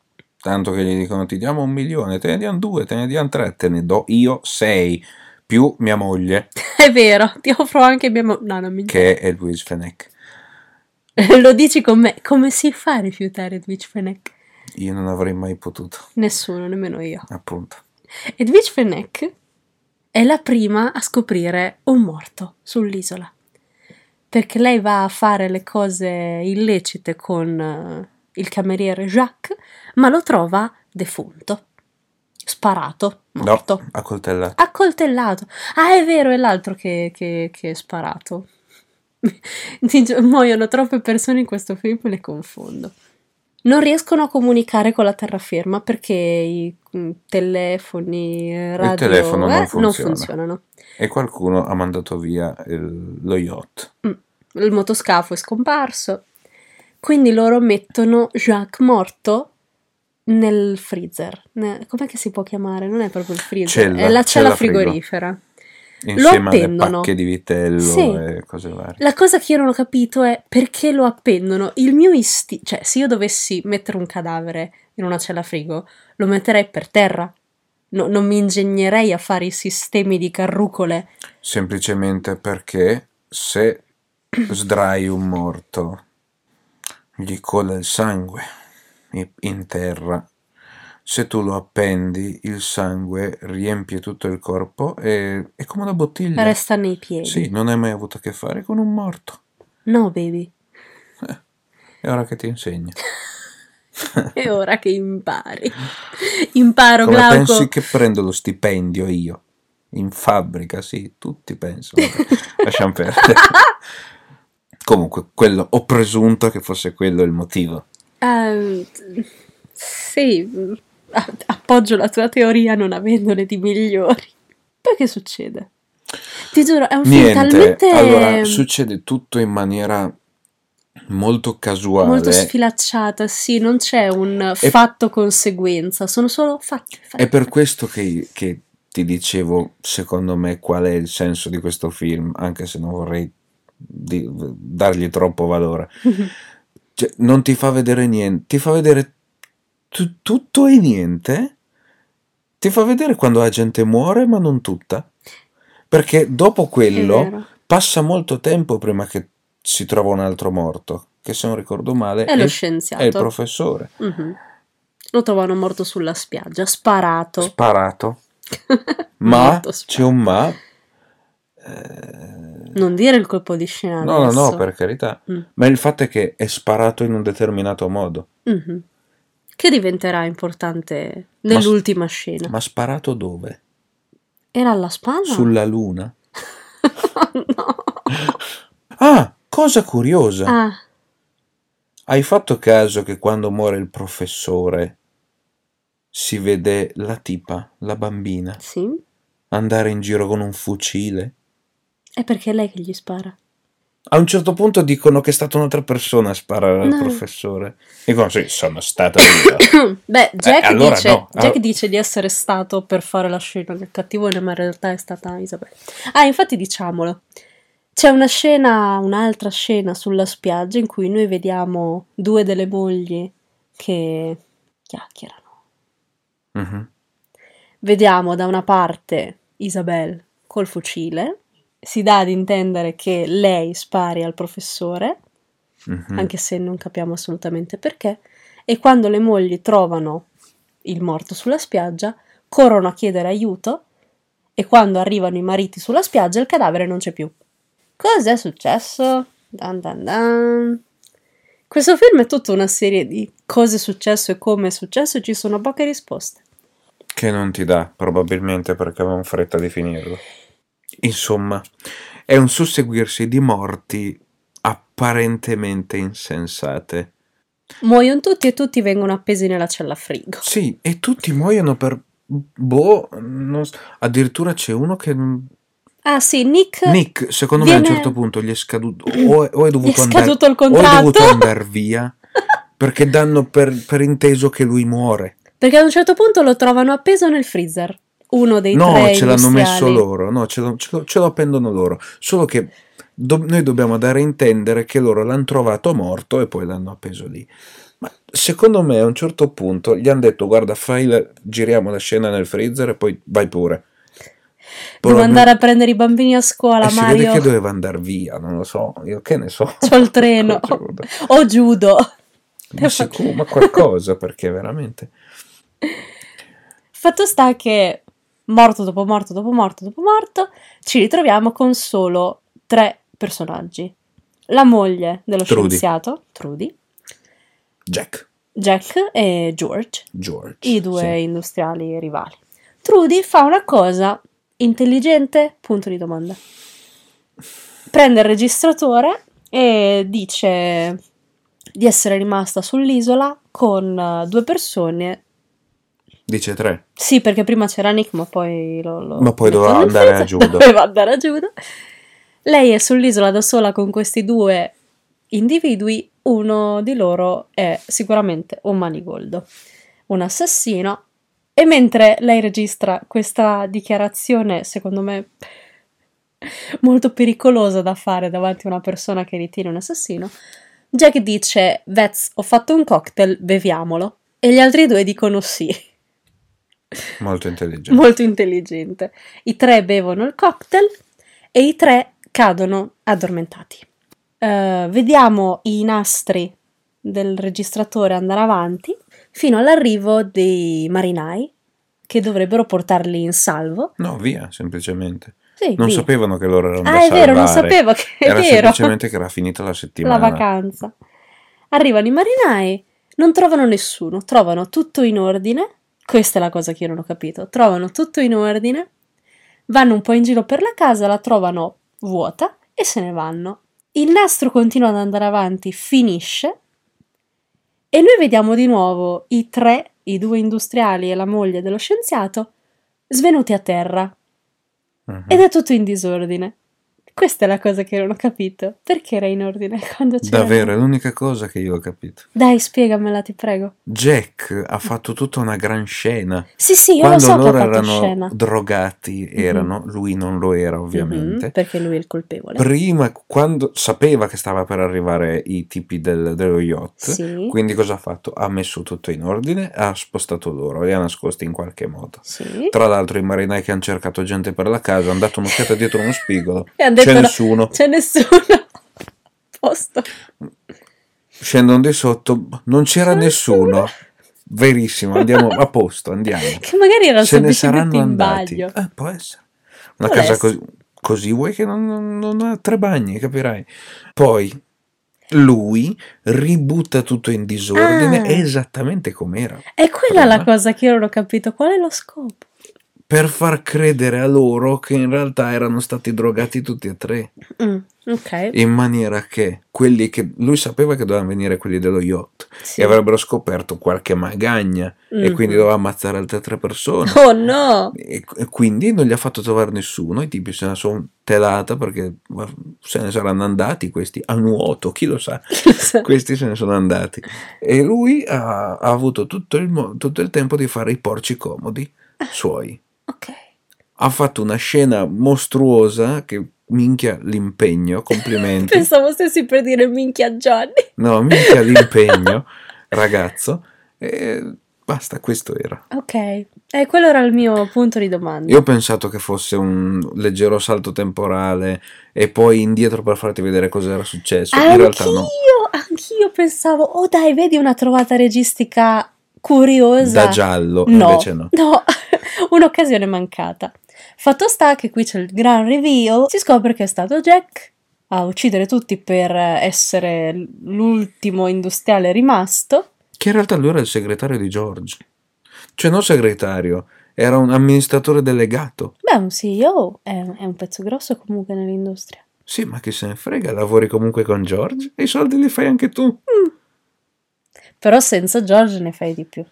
[SPEAKER 2] Tanto che gli dicono ti diamo un milione, te ne diamo due, te ne diamo tre, te ne do io sei, più mia moglie,
[SPEAKER 1] È vero, ti offro anche mia mo- No, non mi
[SPEAKER 2] che è Luis Fenech.
[SPEAKER 1] Lo dici con me, come si fa a rifiutare Edwidge Fenech?
[SPEAKER 2] Io non avrei mai potuto,
[SPEAKER 1] Nessuno, nemmeno io.
[SPEAKER 2] appunto.
[SPEAKER 1] Edwige Fenech è la prima a scoprire un morto sull'isola. Perché lei va a fare le cose illecite con eh, il cameriere Jacques, ma lo trova defunto, sparato, morto,
[SPEAKER 2] No, a coltella.
[SPEAKER 1] accoltellato. Ah, è vero, è l'altro che, che- che è sparato. Ti gi- Muoiono troppe persone in questo film, le confondo. Non riescono a comunicare con la terraferma perché i mm, telefoni, eh, radio,
[SPEAKER 2] telefono non
[SPEAKER 1] eh,
[SPEAKER 2] funziona.
[SPEAKER 1] funzionano.
[SPEAKER 2] E qualcuno ha mandato via il- lo yacht.
[SPEAKER 1] Il motoscafo è scomparso. Quindi loro mettono Jacques morto nel freezer. Ne- Com'è che si può chiamare? Non è proprio il freezer,
[SPEAKER 2] Cella,
[SPEAKER 1] è la
[SPEAKER 2] cella
[SPEAKER 1] cella
[SPEAKER 2] frigo.
[SPEAKER 1] frigorifera.
[SPEAKER 2] Insieme alle
[SPEAKER 1] appendono.
[SPEAKER 2] pacche di vitello
[SPEAKER 1] Sì.
[SPEAKER 2] e cose varie.
[SPEAKER 1] La cosa che io non ho capito è perché lo appendono. Il mio istinto, cioè, se io dovessi mettere un cadavere in una cella frigo, lo metterei per terra. No- non mi ingegnerei a fare i sistemi di carrucole.
[SPEAKER 2] Semplicemente perché se sdrai un morto, gli cola il sangue i- in terra. Se tu lo appendi, il sangue riempie tutto il corpo e è come una bottiglia.
[SPEAKER 1] Resta nei piedi.
[SPEAKER 2] Sì, non hai mai avuto a che fare con un morto.
[SPEAKER 1] No, baby.
[SPEAKER 2] È ora che ti insegno.
[SPEAKER 1] È ora che impari. Imparo,
[SPEAKER 2] Come
[SPEAKER 1] Glauco.
[SPEAKER 2] pensi che prendo lo stipendio io? In fabbrica, sì, tutti pensano. Vabbè, Lasciamo perdere. Comunque, quello, ho presunto che fosse quello il motivo.
[SPEAKER 1] Ehm, sì, a- appoggio la tua teoria non avendone di migliori. Poi che succede? Ti giuro, è un film
[SPEAKER 2] Niente,
[SPEAKER 1] talmente
[SPEAKER 2] allora succede tutto in maniera molto casuale.
[SPEAKER 1] molto sfilacciata, sì, non c'è un fatto conseguenza, sono solo fatti. fatti.
[SPEAKER 2] È per questo che, che ti dicevo, secondo me, qual è il senso di questo film, anche se non vorrei di- dargli troppo valore. Cioè, non ti fa vedere niente, ti fa vedere tu- tutto e niente. Ti fa vedere quando la gente muore, ma non tutta. Perché dopo
[SPEAKER 1] È
[SPEAKER 2] quello
[SPEAKER 1] vero.
[SPEAKER 2] passa molto tempo prima che si trova un altro morto. che se non ricordo male
[SPEAKER 1] È lo scienziato.
[SPEAKER 2] è il professore.
[SPEAKER 1] Mhm. Lo trovano morto sulla spiaggia, sparato.
[SPEAKER 2] Sparato. Ma
[SPEAKER 1] Molto sparato.
[SPEAKER 2] c'è un ma. Eh,
[SPEAKER 1] Non dire il colpo di scena.
[SPEAKER 2] no, no,
[SPEAKER 1] adesso.
[SPEAKER 2] no, per carità.
[SPEAKER 1] Mm.
[SPEAKER 2] Ma il fatto è che è sparato in un determinato modo.
[SPEAKER 1] Mhm. Che diventerà importante nell'ultima scena.
[SPEAKER 2] Ma sparato dove?
[SPEAKER 1] Era alla spalla?
[SPEAKER 2] Sulla luna?
[SPEAKER 1] no.
[SPEAKER 2] Ah, cosa curiosa.
[SPEAKER 1] Ah,
[SPEAKER 2] Hai fatto caso che quando muore il professore si vede la tipa, la bambina,
[SPEAKER 1] sì.
[SPEAKER 2] andare in giro con un fucile?
[SPEAKER 1] È perché è lei che gli spara.
[SPEAKER 2] A un certo punto dicono che è stata un'altra persona a sparare al
[SPEAKER 1] No.
[SPEAKER 2] professore. Dicono sì, sono stata io.
[SPEAKER 1] Mm, Beh, Jack,
[SPEAKER 2] Eh, allora
[SPEAKER 1] dice,
[SPEAKER 2] no.
[SPEAKER 1] Jack
[SPEAKER 2] Allora-
[SPEAKER 1] dice di essere stato per fare la scena del cattivone, ma in realtà è stata Isabella. Ah, infatti diciamolo. C'è una scena, un'altra scena sulla spiaggia in cui noi vediamo due delle mogli che chiacchierano.
[SPEAKER 2] Mhm.
[SPEAKER 1] Vediamo da una parte Isabel col fucile, si dà ad intendere che lei spari al professore,
[SPEAKER 2] Mhm.
[SPEAKER 1] anche se non capiamo assolutamente perché, e quando le mogli trovano il morto sulla spiaggia, corrono a chiedere aiuto e quando arrivano i mariti sulla spiaggia il cadavere non c'è più. Cos'è successo? Dan dan dan. Questo film è tutta una serie di cose è successo e come è successo e ci sono poche risposte.
[SPEAKER 2] Che non ti dà, probabilmente perché avevamo fretta di finirlo. Insomma, è un susseguirsi di morti apparentemente insensate.
[SPEAKER 1] Muoiono tutti e tutti vengono appesi nella cella frigo.
[SPEAKER 2] Sì, e tutti muoiono per... Boh, non s- addirittura c'è uno che...
[SPEAKER 1] Ah sì, Nick,
[SPEAKER 2] Nick, secondo me a
[SPEAKER 1] viene-
[SPEAKER 2] un certo punto gli è scaduto... O è, o
[SPEAKER 1] gli
[SPEAKER 2] è
[SPEAKER 1] è
[SPEAKER 2] dovuto andare...
[SPEAKER 1] scaduto il
[SPEAKER 2] O è dovuto
[SPEAKER 1] contratto.
[SPEAKER 2] andare via perché danno per, per inteso che lui muore.
[SPEAKER 1] Perché a un certo punto lo trovano appeso nel freezer. Uno dei
[SPEAKER 2] No,
[SPEAKER 1] tre
[SPEAKER 2] ce l'hanno
[SPEAKER 1] industriali.
[SPEAKER 2] messo loro, no, ce lo, ce lo- ce lo appendono loro. Solo che do- noi dobbiamo dare a intendere che loro l'hanno trovato morto e poi l'hanno appeso lì. Ma secondo me a un certo punto gli hanno detto: Guarda, fai la- giriamo la scena nel freezer e poi vai pure.
[SPEAKER 1] Devo
[SPEAKER 2] Probabil-
[SPEAKER 1] andare a prendere i bambini a scuola,
[SPEAKER 2] e si vede
[SPEAKER 1] Mario.
[SPEAKER 2] che doveva andare via, non lo so, io che ne so.
[SPEAKER 1] C'ho il treno. O judo.
[SPEAKER 2] Ma sicuro, ma qualcosa perché veramente.
[SPEAKER 1] Fatto sta che morto dopo morto dopo morto dopo morto ci ritroviamo con solo tre personaggi. La moglie dello
[SPEAKER 2] Trudy.
[SPEAKER 1] scienziato, Trudy,
[SPEAKER 2] Jack,
[SPEAKER 1] Jack e George,
[SPEAKER 2] George.
[SPEAKER 1] i due industriali rivali. Trudy fa una cosa intelligente? Punto di domanda. Prende il registratore e dice di essere rimasta sull'isola con eh, due persone.
[SPEAKER 2] sì. Dice tre.
[SPEAKER 1] Sì, perché prima c'era Nick, ma poi lo, lo
[SPEAKER 2] Ma poi doveva
[SPEAKER 1] mettono in
[SPEAKER 2] andare a
[SPEAKER 1] frigo.
[SPEAKER 2] judo.
[SPEAKER 1] Doveva andare a judo. Lei è sull'isola da sola con questi due individui. Uno di loro è sicuramente un manigoldo, un assassino. E mentre lei registra questa dichiarazione, secondo me molto pericolosa da fare davanti a una persona che ritiene un assassino, Jack dice: Vets, ho fatto un cocktail, beviamolo. E gli altri due dicono sì.
[SPEAKER 2] Molto intelligente.
[SPEAKER 1] Molto intelligente. I tre bevono il cocktail e i tre cadono addormentati. Eh, vediamo i nastri del registratore andare avanti fino all'arrivo dei marinai che dovrebbero portarli in salvo.
[SPEAKER 2] No, via, semplicemente.
[SPEAKER 1] Sì,
[SPEAKER 2] Non
[SPEAKER 1] via.
[SPEAKER 2] sapevano che loro erano da
[SPEAKER 1] Ah, è vero, non
[SPEAKER 2] salvare.
[SPEAKER 1] sapevo che è
[SPEAKER 2] Era
[SPEAKER 1] vero.
[SPEAKER 2] semplicemente che era finita la settimana.
[SPEAKER 1] La vacanza. Arrivano i marinai, non trovano nessuno, trovano tutto in ordine. Questa è la cosa che io non ho capito. Trovano tutto in ordine, vanno un po' in giro per la casa, la trovano vuota e se ne vanno. Il nastro continua ad andare avanti, finisce e noi vediamo di nuovo i tre, i due industriali e la moglie dello scienziato, svenuti a terra,
[SPEAKER 2] Mhm.
[SPEAKER 1] ed è tutto in disordine. Questa è la cosa che non ho capito. Perché era in ordine quando c'era?
[SPEAKER 2] Davvero, è l'unica cosa che io ho capito.
[SPEAKER 1] Dai, spiegamela, ti prego.
[SPEAKER 2] Jack ha fatto tutta una gran scena.
[SPEAKER 1] Sì, sì, io lo
[SPEAKER 2] Quando
[SPEAKER 1] so che ha
[SPEAKER 2] loro
[SPEAKER 1] fatto
[SPEAKER 2] erano
[SPEAKER 1] scena.
[SPEAKER 2] drogati, erano, lui non lo era
[SPEAKER 1] Mhm,
[SPEAKER 2] ovviamente.
[SPEAKER 1] perché lui è il colpevole.
[SPEAKER 2] Prima, quando sapeva che stava per arrivare i tipi del- dello yacht,
[SPEAKER 1] sì,
[SPEAKER 2] quindi cosa ha fatto? Ha messo tutto in ordine, ha spostato loro, li ha nascosti in qualche modo.
[SPEAKER 1] sì.
[SPEAKER 2] Tra l'altro i marinai che hanno cercato gente per la casa hanno dato un'occhiata dietro uno spigolo.
[SPEAKER 1] E hanno
[SPEAKER 2] C'è
[SPEAKER 1] detto no,
[SPEAKER 2] nessuno.
[SPEAKER 1] c'è nessuno. A Posto.
[SPEAKER 2] scendono di sotto, non c'era nessuno. Verissimo, andiamo a posto, andiamo.
[SPEAKER 1] Che magari era
[SPEAKER 2] Se
[SPEAKER 1] semplicemente
[SPEAKER 2] ne saranno
[SPEAKER 1] in
[SPEAKER 2] andati.
[SPEAKER 1] bagno.
[SPEAKER 2] Eh, può essere. Una
[SPEAKER 1] Può
[SPEAKER 2] casa
[SPEAKER 1] essere.
[SPEAKER 2] così, così vuoi che non, non- non ha tre bagni, capirai. Poi lui ributta tutto in disordine
[SPEAKER 1] Ah.
[SPEAKER 2] esattamente com'era.
[SPEAKER 1] È quella
[SPEAKER 2] Prima.
[SPEAKER 1] la cosa che io non ho capito. Qual è lo scopo?
[SPEAKER 2] Per far credere a loro che in realtà erano stati drogati tutti e tre.
[SPEAKER 1] Mm, ok.
[SPEAKER 2] in maniera che quelli che lui sapeva che dovevano venire quelli dello yacht
[SPEAKER 1] Sì.
[SPEAKER 2] e avrebbero scoperto qualche magagna e
[SPEAKER 1] Mhm.
[SPEAKER 2] quindi doveva ammazzare altre tre persone
[SPEAKER 1] Oh no!
[SPEAKER 2] e, e quindi non gli ha fatto trovare nessuno i tipi se ne sono telata perché ma, se ne saranno andati questi a nuoto chi lo sa questi se ne sono andati e lui ha, ha avuto tutto il, mo- tutto il tempo di fare i porci comodi suoi
[SPEAKER 1] ok.
[SPEAKER 2] ha fatto una scena mostruosa che minchia l'impegno complimenti
[SPEAKER 1] Pensavo stessi per dire minchia Johnny.
[SPEAKER 2] No, minchia l'impegno, ragazzo. E basta, questo era.
[SPEAKER 1] Ok. Eh, quello era il mio punto di domanda.
[SPEAKER 2] Io ho pensato che fosse un leggero salto temporale e poi indietro per farti vedere cosa era successo. In realtà no.
[SPEAKER 1] Anch'io, anch'io pensavo, oh dai, vedi una trovata registica curiosa.
[SPEAKER 2] Da giallo,
[SPEAKER 1] esatto. No,
[SPEAKER 2] invece no.
[SPEAKER 1] no, un'occasione mancata. Fatto sta che qui c'è il gran reveal, si scopre che è stato Jack a uccidere tutti per essere l'ultimo industriale rimasto.
[SPEAKER 2] Che in realtà lui era il segretario di George. Cioè, non segretario, era un amministratore delegato.
[SPEAKER 1] Beh, un CEO è, è un pezzo grosso comunque nell'industria.
[SPEAKER 2] Sì, ma chi se ne frega, lavori comunque con George e i soldi li fai anche tu.
[SPEAKER 1] Mm. Però senza George ne fai di più.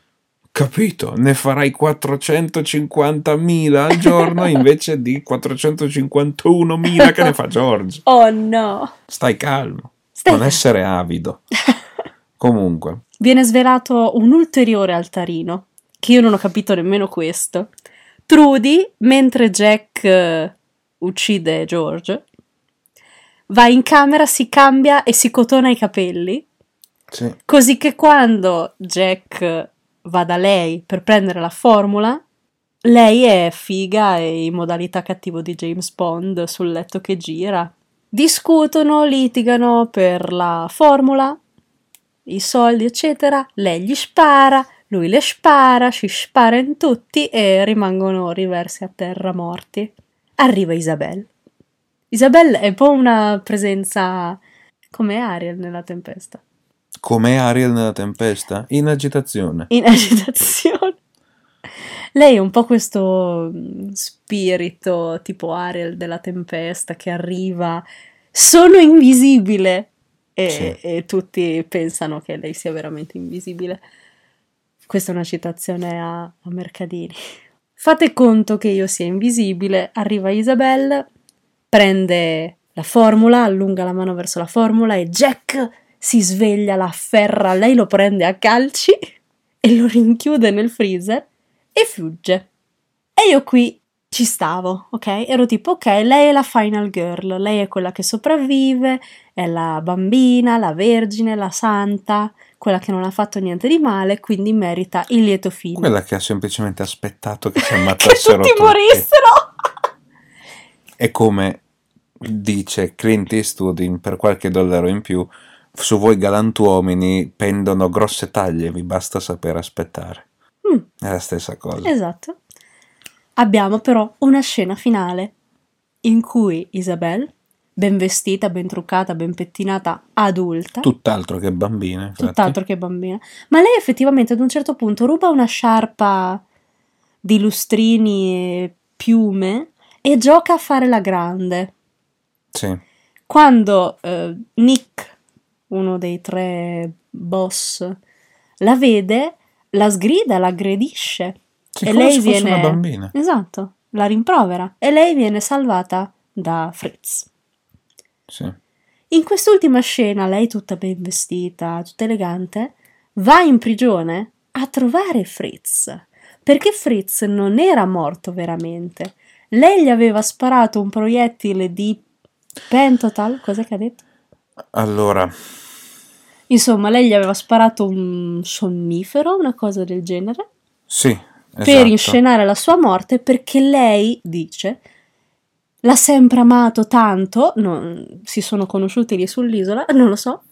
[SPEAKER 2] Capito, ne farai 450.000 al giorno invece di 451.000 che ne fa George.
[SPEAKER 1] Oh no!
[SPEAKER 2] Stai calmo,
[SPEAKER 1] Stai-
[SPEAKER 2] non essere avido. Comunque,
[SPEAKER 1] Viene svelato un ulteriore altarino, che io non ho capito nemmeno questo. Trudy, mentre Jack eh, uccide George, va in camera, si cambia e si cotona i capelli,
[SPEAKER 2] sì,
[SPEAKER 1] così che quando Jack eh, va da lei per prendere la formula, lei è figa e in modalità cattivo di James Bond sul letto che gira. Discutono, litigano per la formula, i soldi, eccetera. Lei gli spara, lui le spara, si spara in tutti e rimangono riversi a terra morti. Arriva Isabel. Isabel è un po' una presenza come Ariel nella tempesta,
[SPEAKER 2] come Ariel nella tempesta, in agitazione.
[SPEAKER 1] in agitazione. Lei è un po' questo mm, spirito tipo Ariel della tempesta che arriva, sono invisibile e,
[SPEAKER 2] Sì.
[SPEAKER 1] e tutti pensano che lei sia veramente invisibile. Questa è una citazione a, a Mercadini. Fate conto che io sia invisibile, arriva Isabel, prende la formula, allunga la mano verso la formula e Jack si sveglia, la afferra, lei lo prende a calci e lo rinchiude nel freezer e fugge. E io qui ci stavo, ok? Ero tipo, ok, lei è la final girl, lei è quella che sopravvive, è la bambina, la vergine, la santa, quella che non ha fatto niente di male, quindi merita il lieto fine.
[SPEAKER 2] Quella che ha semplicemente aspettato che si
[SPEAKER 1] che
[SPEAKER 2] ammazzassero
[SPEAKER 1] tutti morissero!
[SPEAKER 2] E come dice Clint Eastwood in Per qualche dollaro in più, su voi galantuomini pendono grosse taglie, vi basta sapere aspettare.
[SPEAKER 1] Mm.
[SPEAKER 2] È la stessa cosa.
[SPEAKER 1] Esatto. Abbiamo però una scena finale in cui Isabel, ben vestita, ben truccata, ben pettinata, adulta,
[SPEAKER 2] Tutt'altro che bambine, infatti.
[SPEAKER 1] tutt'altro che bambina, ma lei effettivamente ad un certo punto ruba una sciarpa di lustrini e piume e gioca a fare la grande
[SPEAKER 2] Sì.
[SPEAKER 1] quando eh, Nick, uno dei tre boss, la vede, la sgrida, la aggredisce.
[SPEAKER 2] Sì,
[SPEAKER 1] E
[SPEAKER 2] come
[SPEAKER 1] lei
[SPEAKER 2] se fosse
[SPEAKER 1] viene-
[SPEAKER 2] una bambina.
[SPEAKER 1] Esatto, la rimprovera e lei viene salvata da Fritz.
[SPEAKER 2] Sì.
[SPEAKER 1] In quest'ultima scena, lei tutta ben vestita, tutta elegante, va in prigione a trovare Fritz, perché Fritz non era morto veramente. Lei gli aveva sparato un proiettile di pentotal, cos'è che ha detto?
[SPEAKER 2] Allora,
[SPEAKER 1] Insomma, lei gli aveva sparato un sonnifero, una cosa del genere,
[SPEAKER 2] sì, esatto.
[SPEAKER 1] per inscenare la sua morte perché lei, dice, l'ha sempre amato tanto, non- si sono conosciuti lì sull'isola, non lo so,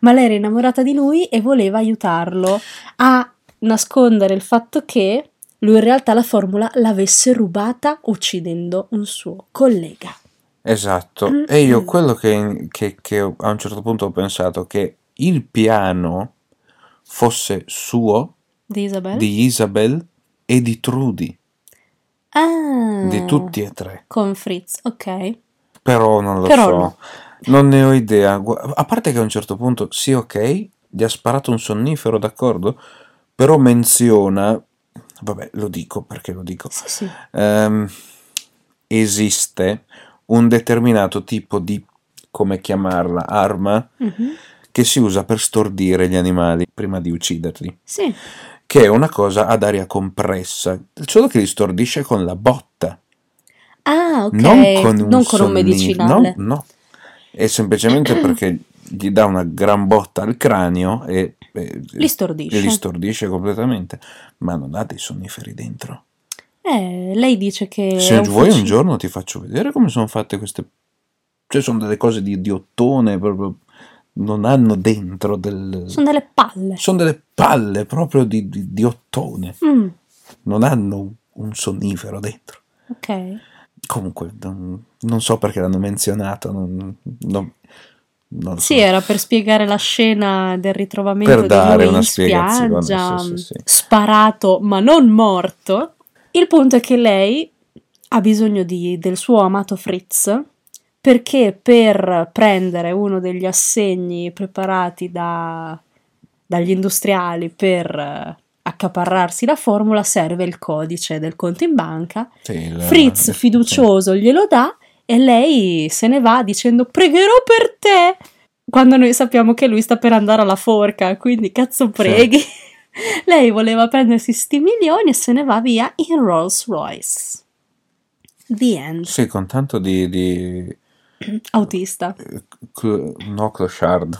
[SPEAKER 1] ma lei era innamorata di lui e voleva aiutarlo a nascondere il fatto che lui in realtà la formula l'avesse rubata uccidendo un suo collega.
[SPEAKER 2] Esatto,
[SPEAKER 1] Mm,
[SPEAKER 2] e io quello che, che- che a un certo punto ho pensato che il piano fosse suo,
[SPEAKER 1] Di Isabel?
[SPEAKER 2] di Isabel e di Trudy,
[SPEAKER 1] Ah,
[SPEAKER 2] di tutti e tre.
[SPEAKER 1] Con Fritz, ok.
[SPEAKER 2] Però non lo
[SPEAKER 1] Però
[SPEAKER 2] so,
[SPEAKER 1] no.
[SPEAKER 2] non ne ho idea. Gu- A parte che a un certo punto, sì, ok, gli ha sparato un sonnifero, d'accordo, però menziona, vabbè, lo dico perché lo dico,
[SPEAKER 1] Sì, sì.
[SPEAKER 2] Ehm, esiste un determinato tipo di, come chiamarla, arma
[SPEAKER 1] Mhm.
[SPEAKER 2] che si usa per stordire gli animali prima di ucciderli,
[SPEAKER 1] Sì,
[SPEAKER 2] che è una cosa ad aria compressa, solo che li stordisce con la botta,
[SPEAKER 1] Ah, ok,
[SPEAKER 2] non con un
[SPEAKER 1] non con un
[SPEAKER 2] sonnifero, no,
[SPEAKER 1] medicinale.
[SPEAKER 2] no, è semplicemente perché gli dà una gran botta al cranio e, e-
[SPEAKER 1] Li
[SPEAKER 2] e li
[SPEAKER 1] stordisce.
[SPEAKER 2] stordisce completamente, ma non ha dei sonniferi dentro.
[SPEAKER 1] Eh, lei dice che è
[SPEAKER 2] Se
[SPEAKER 1] un
[SPEAKER 2] vuoi un
[SPEAKER 1] fucile.
[SPEAKER 2] giorno ti faccio vedere come sono fatte queste... Cioè sono delle cose di ottone, proprio... Non hanno dentro del...
[SPEAKER 1] Sono delle palle.
[SPEAKER 2] Sono delle palle proprio di, di, di ottone.
[SPEAKER 1] Mm,
[SPEAKER 2] Non hanno un- un sonnifero dentro.
[SPEAKER 1] ok.
[SPEAKER 2] Comunque, non, non so perché l'hanno menzionato, non, non- non lo
[SPEAKER 1] Sì, eh,
[SPEAKER 2] so.
[SPEAKER 1] era per spiegare la scena del
[SPEAKER 2] Per
[SPEAKER 1] ritrovamento di
[SPEAKER 2] dare
[SPEAKER 1] lui
[SPEAKER 2] una
[SPEAKER 1] in
[SPEAKER 2] spiegazione, sì,
[SPEAKER 1] spiaggia, mm,
[SPEAKER 2] sì, sì.
[SPEAKER 1] sparato ma non morto. Il punto è che lei ha bisogno di- del suo amato Fritz perché per prendere uno degli assegni preparati da- dagli industriali per eh, accaparrarsi la formula serve il codice del conto in banca.
[SPEAKER 2] Sì, il-
[SPEAKER 1] Fritz,
[SPEAKER 2] Eh, sì.
[SPEAKER 1] fiducioso, glielo dà e lei se ne va dicendo pregherò per te quando noi sappiamo che lui sta per andare alla forca, quindi cazzo
[SPEAKER 2] Sì.
[SPEAKER 1] preghi. Lei voleva prendersi sti milioni e se ne va via in Rolls Royce. The end.
[SPEAKER 2] Sì, con tanto di, di-
[SPEAKER 1] Autista.
[SPEAKER 2] Cl- no, clochard.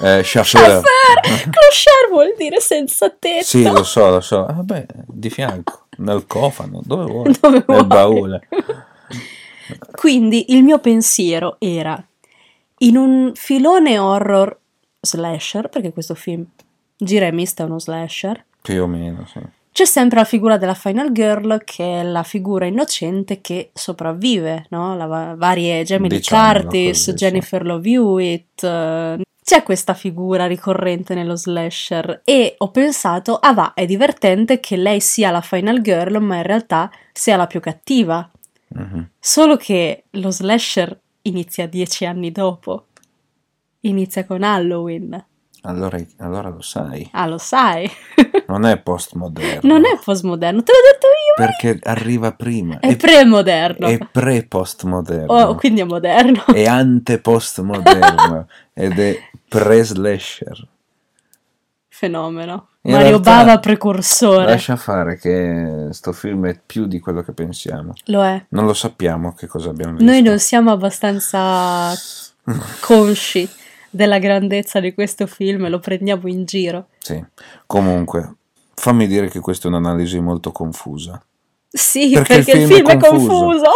[SPEAKER 2] Eh,
[SPEAKER 1] Chauffeur!
[SPEAKER 2] chauffeur.
[SPEAKER 1] Clochard vuol dire senza
[SPEAKER 2] Sì,
[SPEAKER 1] tetto.
[SPEAKER 2] lo so, lo so. Ah, Vabbè, di fianco, nel cofano, dove vuoi,
[SPEAKER 1] Dove
[SPEAKER 2] nel
[SPEAKER 1] vuoi.
[SPEAKER 2] baule.
[SPEAKER 1] Quindi il mio pensiero era in un filone horror slasher, perché questo film gira e mista è uno slasher.
[SPEAKER 2] Più o meno, sì.
[SPEAKER 1] C'è sempre la figura della Final Girl, che è la figura innocente che sopravvive, no? La va- varie Jamie Lee
[SPEAKER 2] Diciamolo
[SPEAKER 1] Curtis,
[SPEAKER 2] così, sì.
[SPEAKER 1] Jennifer Love Hewitt. eh, C'è questa figura ricorrente nello slasher e ho pensato, ah va, è divertente che lei sia la Final Girl, ma in realtà sia la più cattiva.
[SPEAKER 2] Mhm.
[SPEAKER 1] Solo che lo slasher inizia dieci anni dopo. Inizia con Halloween.
[SPEAKER 2] Allora, allora lo sai,
[SPEAKER 1] Ah, lo sai.
[SPEAKER 2] non è
[SPEAKER 1] Non è
[SPEAKER 2] postmoderno,
[SPEAKER 1] postmoderno, te l'ho detto io.
[SPEAKER 2] perché arriva prima,
[SPEAKER 1] È
[SPEAKER 2] è,
[SPEAKER 1] premoderno.
[SPEAKER 2] è
[SPEAKER 1] Oh,
[SPEAKER 2] pre-postmoderno,
[SPEAKER 1] quindi è moderno.
[SPEAKER 2] è ante-postmoderno, ed è pre-slasher.
[SPEAKER 1] Fenomeno.
[SPEAKER 2] In
[SPEAKER 1] Mario Bava
[SPEAKER 2] realtà,
[SPEAKER 1] precursore.
[SPEAKER 2] lascia fare che sto film è più di quello che pensiamo.
[SPEAKER 1] Lo è.
[SPEAKER 2] Non lo sappiamo che cosa abbiamo
[SPEAKER 1] Noi non
[SPEAKER 2] visto.
[SPEAKER 1] siamo abbastanza consci della grandezza di questo film, lo prendiamo in giro.
[SPEAKER 2] Sì, comunque, fammi dire che questa è un'analisi molto confusa.
[SPEAKER 1] Sì,
[SPEAKER 2] Perché il
[SPEAKER 1] perché il
[SPEAKER 2] film
[SPEAKER 1] film
[SPEAKER 2] è
[SPEAKER 1] è
[SPEAKER 2] confuso.
[SPEAKER 1] confuso.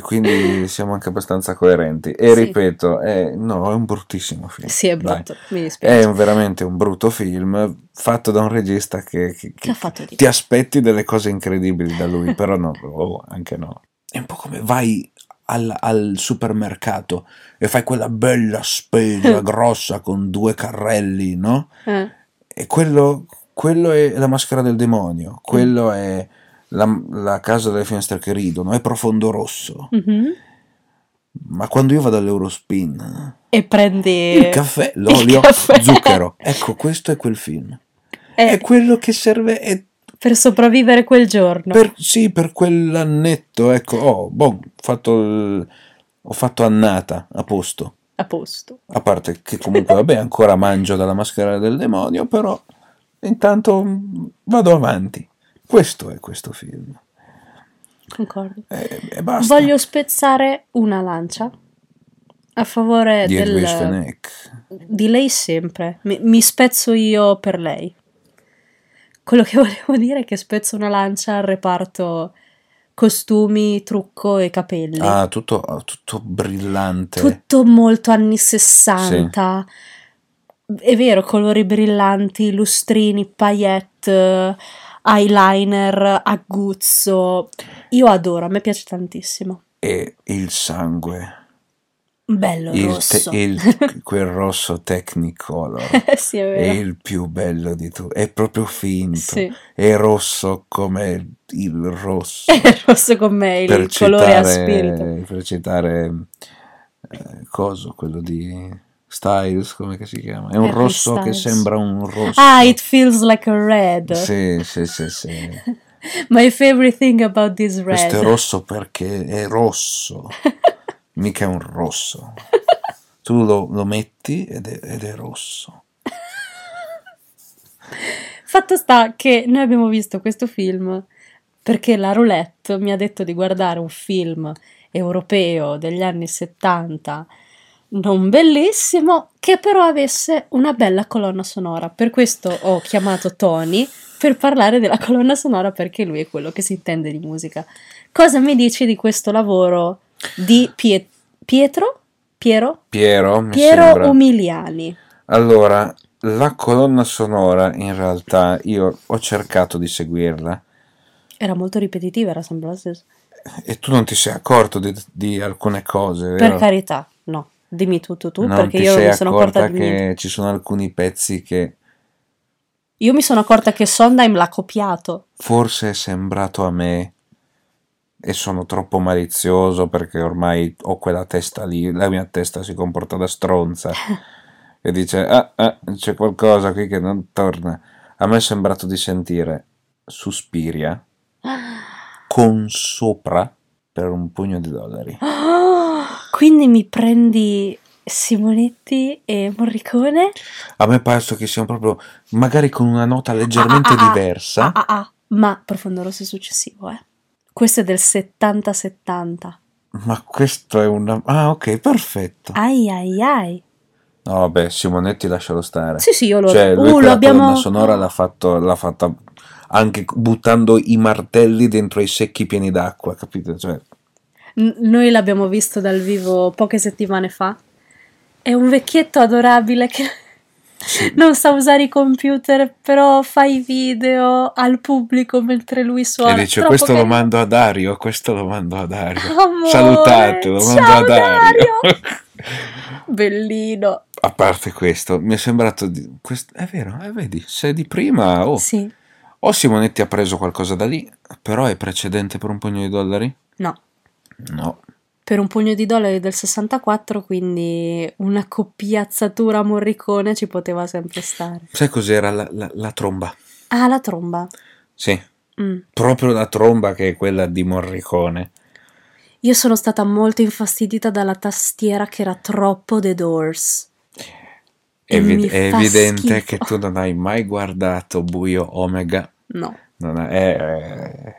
[SPEAKER 2] quindi siamo anche abbastanza coerenti. E
[SPEAKER 1] Sì.
[SPEAKER 2] ripeto, è, no, è un bruttissimo film.
[SPEAKER 1] Sì, è
[SPEAKER 2] Eh, Dai.
[SPEAKER 1] brutto, mi
[SPEAKER 2] È
[SPEAKER 1] dispiace.
[SPEAKER 2] un- veramente un brutto film fatto da un regista che, che-
[SPEAKER 1] Che ha
[SPEAKER 2] che- che
[SPEAKER 1] fatto di
[SPEAKER 2] ti
[SPEAKER 1] tutto.
[SPEAKER 2] aspetti delle cose incredibili da lui, però no, oh, anche no. È un po' come vai al, al supermercato e fai quella bella spesa grossa con due carrelli, no?
[SPEAKER 1] Eh,
[SPEAKER 2] E quello, quello è la maschera del demonio,
[SPEAKER 1] mm.
[SPEAKER 2] quello è la, la casa delle finestre che ridono, è profondo rosso.
[SPEAKER 1] Mhm.
[SPEAKER 2] Ma quando io vado all'Eurospin,
[SPEAKER 1] E
[SPEAKER 2] il
[SPEAKER 1] prendi
[SPEAKER 2] caffè,
[SPEAKER 1] Eh. il
[SPEAKER 2] l'olio,
[SPEAKER 1] caffè
[SPEAKER 2] zucchero. Ecco, questo è quel film. È
[SPEAKER 1] Eh,
[SPEAKER 2] quello che serve è
[SPEAKER 1] per sopravvivere quel giorno.
[SPEAKER 2] per, sì, per quell'annetto. Ecco, oh, boh, ho fatto il- ho fatto annata a posto.
[SPEAKER 1] A posto.
[SPEAKER 2] A parte che comunque, vabbè, ancora mangio dalla maschera del demonio, però intanto mm, vado avanti. Questo è questo film.
[SPEAKER 1] Concordo.
[SPEAKER 2] E, e Eh, basta.
[SPEAKER 1] Voglio spezzare una lancia a favore
[SPEAKER 2] Di Edwige
[SPEAKER 1] del...
[SPEAKER 2] Fenech.
[SPEAKER 1] di lei sempre. Mi, mi spezzo io per lei. Quello che volevo dire è che spezzo una lancia al reparto costumi, trucco e capelli.
[SPEAKER 2] Ah, tutto, tutto brillante.
[SPEAKER 1] Tutto molto anni
[SPEAKER 2] Sì.
[SPEAKER 1] 60. è vero, colori brillanti, lustrini, paillette, eyeliner, aguzzo. Io adoro, a me piace tantissimo.
[SPEAKER 2] E il sangue.
[SPEAKER 1] Bello
[SPEAKER 2] Il
[SPEAKER 1] rosso.
[SPEAKER 2] te- il- quel rosso Technicolor
[SPEAKER 1] sì, è
[SPEAKER 2] è
[SPEAKER 1] vero.
[SPEAKER 2] il più bello di tutti. È proprio finto.
[SPEAKER 1] Sì,
[SPEAKER 2] È rosso come il rosso.
[SPEAKER 1] è rosso con me, il
[SPEAKER 2] per
[SPEAKER 1] colore a
[SPEAKER 2] citare-
[SPEAKER 1] spirito.
[SPEAKER 2] Per citare eh, coso, quello di Styles, come che si chiama? È un
[SPEAKER 1] Harry
[SPEAKER 2] rosso che
[SPEAKER 1] Eh, Styles.
[SPEAKER 2] sembra un rosso.
[SPEAKER 1] Ah, it feels like a red.
[SPEAKER 2] Sì, sì, sì, sì.
[SPEAKER 1] My favorite thing about this red.
[SPEAKER 2] Questo è rosso perché è rosso, mica è un rosso. Tu lo, lo metti ed è, ed è rosso.
[SPEAKER 1] Fatto sta che noi abbiamo visto questo film perché la roulette mi ha detto di guardare un film europeo degli anni 70, non bellissimo, che però avesse una bella colonna sonora. Per questo ho chiamato Tony per parlare della colonna sonora perché lui è quello che si intende di musica. Cosa mi dici di questo lavoro di Pie- Pietro? Piero?
[SPEAKER 2] Piero, mi sembra.
[SPEAKER 1] Piero Umiliani.
[SPEAKER 2] Allora, la colonna sonora in realtà io ho cercato di seguirla
[SPEAKER 1] Era molto ripetitiva, era sempre la stessa.
[SPEAKER 2] e tu non ti sei accorto di, di alcune cose,
[SPEAKER 1] Per
[SPEAKER 2] vero?
[SPEAKER 1] carità, no, dimmi tutto tu,
[SPEAKER 2] non
[SPEAKER 1] perché
[SPEAKER 2] ti
[SPEAKER 1] io non
[SPEAKER 2] sei
[SPEAKER 1] mi sono accorta
[SPEAKER 2] accorta
[SPEAKER 1] di niente.
[SPEAKER 2] che ci sono alcuni pezzi che
[SPEAKER 1] Io mi sono accorta che Sondheim l'ha copiato.
[SPEAKER 2] forse è sembrato a me e sono troppo malizioso perché ormai ho quella testa lì, la mia testa si comporta da stronza e dice ah, ah, c'è qualcosa qui che non torna. A me è sembrato di sentire Suspiria con sopra per un pugno di dollari.
[SPEAKER 1] Quindi mi prendi Simonetti e Morricone?
[SPEAKER 2] A me penso che siano proprio magari con una nota leggermente
[SPEAKER 1] Ah, ah, ah, ah.
[SPEAKER 2] diversa.
[SPEAKER 1] Ah, ah, ah, ma Profondo Rosso è successivo, eh. Questo è del 70-70.
[SPEAKER 2] Ma questo è una... Ah, ok, perfetto.
[SPEAKER 1] Ai ai ai.
[SPEAKER 2] No, vabbè, Simonetti lascialo stare.
[SPEAKER 1] Sì, sì, io lo...
[SPEAKER 2] Cioè, lui
[SPEAKER 1] Uh,
[SPEAKER 2] quella
[SPEAKER 1] lo abbiamo...
[SPEAKER 2] colonna sonora l'ha fatto, l'ha fatta anche buttando i martelli dentro i secchi pieni d'acqua, capito? Cioè,
[SPEAKER 1] N- Noi l'abbiamo visto dal vivo poche settimane fa. È un vecchietto adorabile che non sa usare i computer, però fa i video al pubblico mentre lui
[SPEAKER 2] e
[SPEAKER 1] suona.
[SPEAKER 2] dice,
[SPEAKER 1] Troppo
[SPEAKER 2] questo lo
[SPEAKER 1] carino.
[SPEAKER 2] mando a Dario, questo lo mando a Dario.
[SPEAKER 1] Amore,
[SPEAKER 2] Salutatelo, lo mando
[SPEAKER 1] ciao,
[SPEAKER 2] a Dario.
[SPEAKER 1] Bellino.
[SPEAKER 2] a parte questo, mi è sembrato... Di... quest- È vero, eh, vedi, se di prima... oh,
[SPEAKER 1] Sì,
[SPEAKER 2] o Simonetti ha preso qualcosa da lì, però è precedente per un pugno di dollari?
[SPEAKER 1] no.
[SPEAKER 2] No.
[SPEAKER 1] Per un pugno di dollari del 64, quindi una copiazzatura a Morricone ci poteva sempre stare.
[SPEAKER 2] Sai cos'era la, la- la tromba?
[SPEAKER 1] Ah, la tromba.
[SPEAKER 2] Sì,
[SPEAKER 1] Mm.
[SPEAKER 2] proprio la tromba che è quella di Morricone.
[SPEAKER 1] Io sono stata molto infastidita dalla tastiera che era troppo The Doors. E
[SPEAKER 2] Evi-
[SPEAKER 1] mi
[SPEAKER 2] è
[SPEAKER 1] fa
[SPEAKER 2] evidente
[SPEAKER 1] schifo.
[SPEAKER 2] che tu non hai mai guardato Buio Omega.
[SPEAKER 1] No.
[SPEAKER 2] Non ha- eh, eh,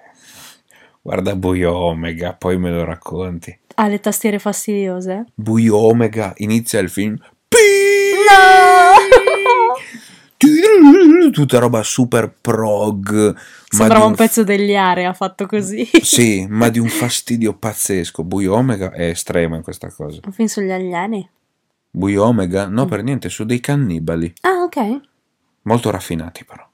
[SPEAKER 2] guarda Buio Omega, poi me lo racconti.
[SPEAKER 1] Ha Ah, le tastiere fastidiose?
[SPEAKER 2] Buio Omega inizia il film.
[SPEAKER 1] No!
[SPEAKER 2] Tutta roba super prog.
[SPEAKER 1] Sembrava
[SPEAKER 2] ma di
[SPEAKER 1] un pezzo degli area fatto così.
[SPEAKER 2] Sì, ma di un fastidio pazzesco. Buio Omega è estremo in questa cosa.
[SPEAKER 1] Un film sugli alieni.
[SPEAKER 2] Buio Omega? No,
[SPEAKER 1] Mm.
[SPEAKER 2] per niente, su dei cannibali.
[SPEAKER 1] Ah, ok.
[SPEAKER 2] Molto raffinati, però.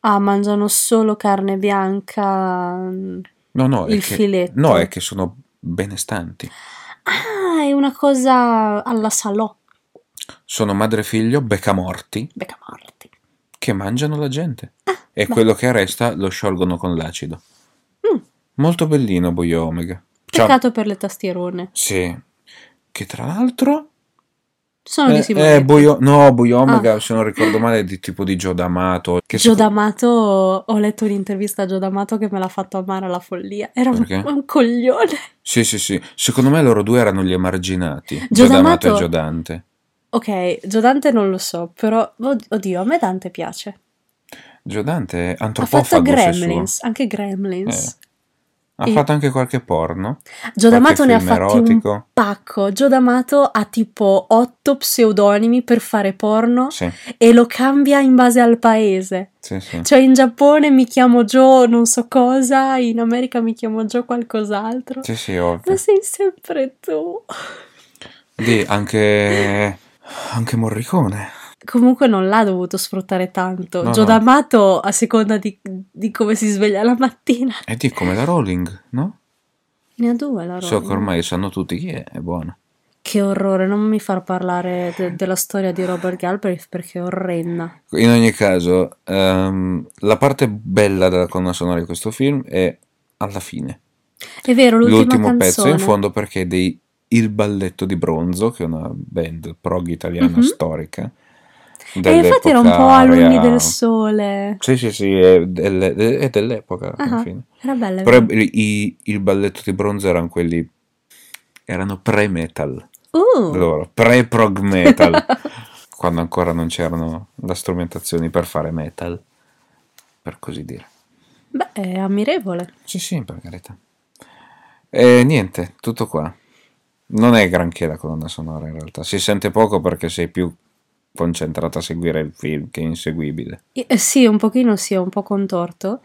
[SPEAKER 1] Ah, mangiano solo carne bianca. mm.
[SPEAKER 2] No, no, è
[SPEAKER 1] Il
[SPEAKER 2] che,
[SPEAKER 1] filetto.
[SPEAKER 2] no, è che sono benestanti.
[SPEAKER 1] Ah, è una cosa alla salò.
[SPEAKER 2] Sono madre e figlio beccamorti
[SPEAKER 1] Beccamarti.
[SPEAKER 2] che mangiano la gente. e
[SPEAKER 1] Ah, beh.
[SPEAKER 2] quello che resta lo sciolgono con l'acido.
[SPEAKER 1] Mm.
[SPEAKER 2] Molto bellino, Buio Omega. Ciao.
[SPEAKER 1] Peccato per le tastierone.
[SPEAKER 2] Sì. Che tra l'altro...
[SPEAKER 1] Sono di
[SPEAKER 2] eh,
[SPEAKER 1] Simone.
[SPEAKER 2] eh, Buio- no, Buio Omega,
[SPEAKER 1] Ah.
[SPEAKER 2] se non ricordo male, è di tipo di Giodamato. Che
[SPEAKER 1] Gio
[SPEAKER 2] si-
[SPEAKER 1] D'Amato, ho letto un'intervista a Gio D'Amato che me l'ha fatto amare alla follia. Era un,
[SPEAKER 2] Perché?
[SPEAKER 1] un coglione.
[SPEAKER 2] Sì, sì, sì. Secondo me loro due erano gli emarginati.
[SPEAKER 1] Gio
[SPEAKER 2] Giodamato e
[SPEAKER 1] D'Amato-
[SPEAKER 2] Giodante.
[SPEAKER 1] Ok, Gio Dante non lo so, però od- oddio, a me Dante piace. Ha
[SPEAKER 2] Giodante è
[SPEAKER 1] fatto
[SPEAKER 2] antropofago se suo. Eh.
[SPEAKER 1] Gremlins, anche Gremlins.
[SPEAKER 2] Ha
[SPEAKER 1] E-
[SPEAKER 2] fatto anche qualche porno.
[SPEAKER 1] Gio D'Amato ne
[SPEAKER 2] qualche
[SPEAKER 1] ha
[SPEAKER 2] film
[SPEAKER 1] fatti un
[SPEAKER 2] erotico.
[SPEAKER 1] pacco. Gio D'Amato ha tipo otto pseudonimi per fare porno
[SPEAKER 2] Sì,
[SPEAKER 1] e lo cambia in base al paese.
[SPEAKER 2] sì, sì.
[SPEAKER 1] Cioè in Giappone mi chiamo Gio non so cosa, in America mi chiamo Gio qualcos'altro.
[SPEAKER 2] Sì, sì,
[SPEAKER 1] Ma
[SPEAKER 2] ovvio.
[SPEAKER 1] sei sempre tu.
[SPEAKER 2] Lì anche... anche Morricone.
[SPEAKER 1] comunque non l'ha dovuto sfruttare tanto.
[SPEAKER 2] No,
[SPEAKER 1] Gio
[SPEAKER 2] no.
[SPEAKER 1] D'Amato, a seconda di, di come si sveglia la mattina,
[SPEAKER 2] E di come la Rowling, no?
[SPEAKER 1] ne ha due la
[SPEAKER 2] So che
[SPEAKER 1] Rowling.
[SPEAKER 2] ormai sanno tutti chi è, è buona.
[SPEAKER 1] Che orrore, non mi far parlare de- della storia di Robert Galbraith perché è orrenda.
[SPEAKER 2] In ogni caso, ehm, la parte bella della colonna sonora di questo film è alla fine.
[SPEAKER 1] È vero, l'ultima
[SPEAKER 2] L'ultimo pezzo
[SPEAKER 1] canzone.
[SPEAKER 2] in fondo perché è dei Il Balletto di Bronzo, che è una band prog italiana
[SPEAKER 1] Mhm.
[SPEAKER 2] storica.
[SPEAKER 1] e Eh, infatti era un po'
[SPEAKER 2] dell'epoca
[SPEAKER 1] alunni
[SPEAKER 2] area-
[SPEAKER 1] del sole.
[SPEAKER 2] Sì, sì, sì, è, delle- è dell'epoca, alla
[SPEAKER 1] Ah,
[SPEAKER 2] fine.
[SPEAKER 1] era bella. è
[SPEAKER 2] Però
[SPEAKER 1] vero.
[SPEAKER 2] i- i- il balletto di bronzo erano quelli... erano pre-metal,
[SPEAKER 1] Uh!
[SPEAKER 2] loro, pre-prog metal, quando ancora non c'erano le strumentazioni per fare metal, per così dire.
[SPEAKER 1] Beh, è ammirevole.
[SPEAKER 2] Sì, sì, per carità. E niente, tutto qua. Non è granché la colonna sonora in realtà, si sente poco perché sei più concentrata a seguire il film che inseguibile.
[SPEAKER 1] I- eh, sì, un pochino sì, è un po' contorto.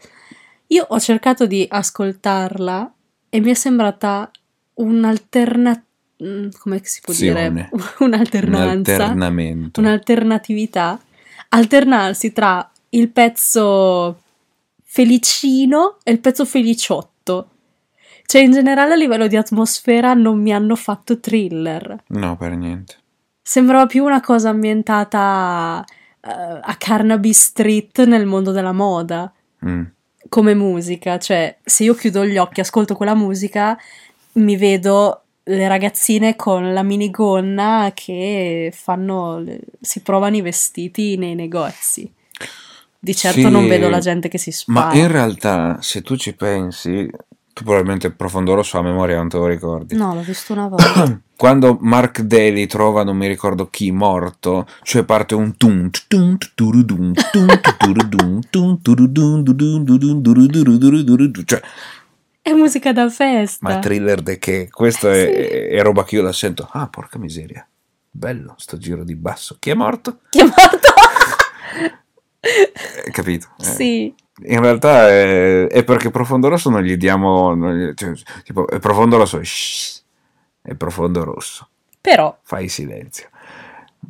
[SPEAKER 1] Io ho cercato di ascoltarla e mi è sembrata un'alternativa. Come si può
[SPEAKER 2] Azione.
[SPEAKER 1] dire?
[SPEAKER 2] Un
[SPEAKER 1] Un'alternanza.
[SPEAKER 2] alternamento.
[SPEAKER 1] un'alternatività, alternarsi tra il pezzo felicino e il pezzo feliciotto. Cioè, in generale, a livello di atmosfera non mi hanno fatto thriller.
[SPEAKER 2] No, per niente.
[SPEAKER 1] Sembrava più una cosa ambientata eh, a Carnaby Street nel mondo della moda,
[SPEAKER 2] Mm.
[SPEAKER 1] come musica. Cioè, se io chiudo gli occhi e ascolto quella musica, mi vedo le ragazzine con la minigonna che fanno, le- si provano i vestiti nei negozi. Di certo
[SPEAKER 2] Sì,
[SPEAKER 1] non vedo la gente che si spara.
[SPEAKER 2] Ma in realtà, se tu ci pensi, tu probabilmente il profondo rosso a memoria non te lo ricordi.
[SPEAKER 1] No, l'ho visto una volta.
[SPEAKER 2] Quando Mark Daly trova, non mi ricordo chi, morto, cioè parte un tunt, tunt, turudun, tunt, turudun, tunt, turudun, dudun, dudun, duruduru, duruduru, cioè,
[SPEAKER 1] È musica da festa.
[SPEAKER 2] ma thriller de che, questa è,
[SPEAKER 1] Sì.
[SPEAKER 2] è roba che io la sento, ah, porca miseria, bello sto giro di basso, chi è morto?
[SPEAKER 1] Chi è morto?
[SPEAKER 2] Eh, capito? Eh.
[SPEAKER 1] sì.
[SPEAKER 2] In realtà è, è perché Profondo Rosso non gli diamo. non gli- cioè, tipo, è Profondo Rosso. shh, è Profondo Rosso.
[SPEAKER 1] Però,
[SPEAKER 2] Fai silenzio.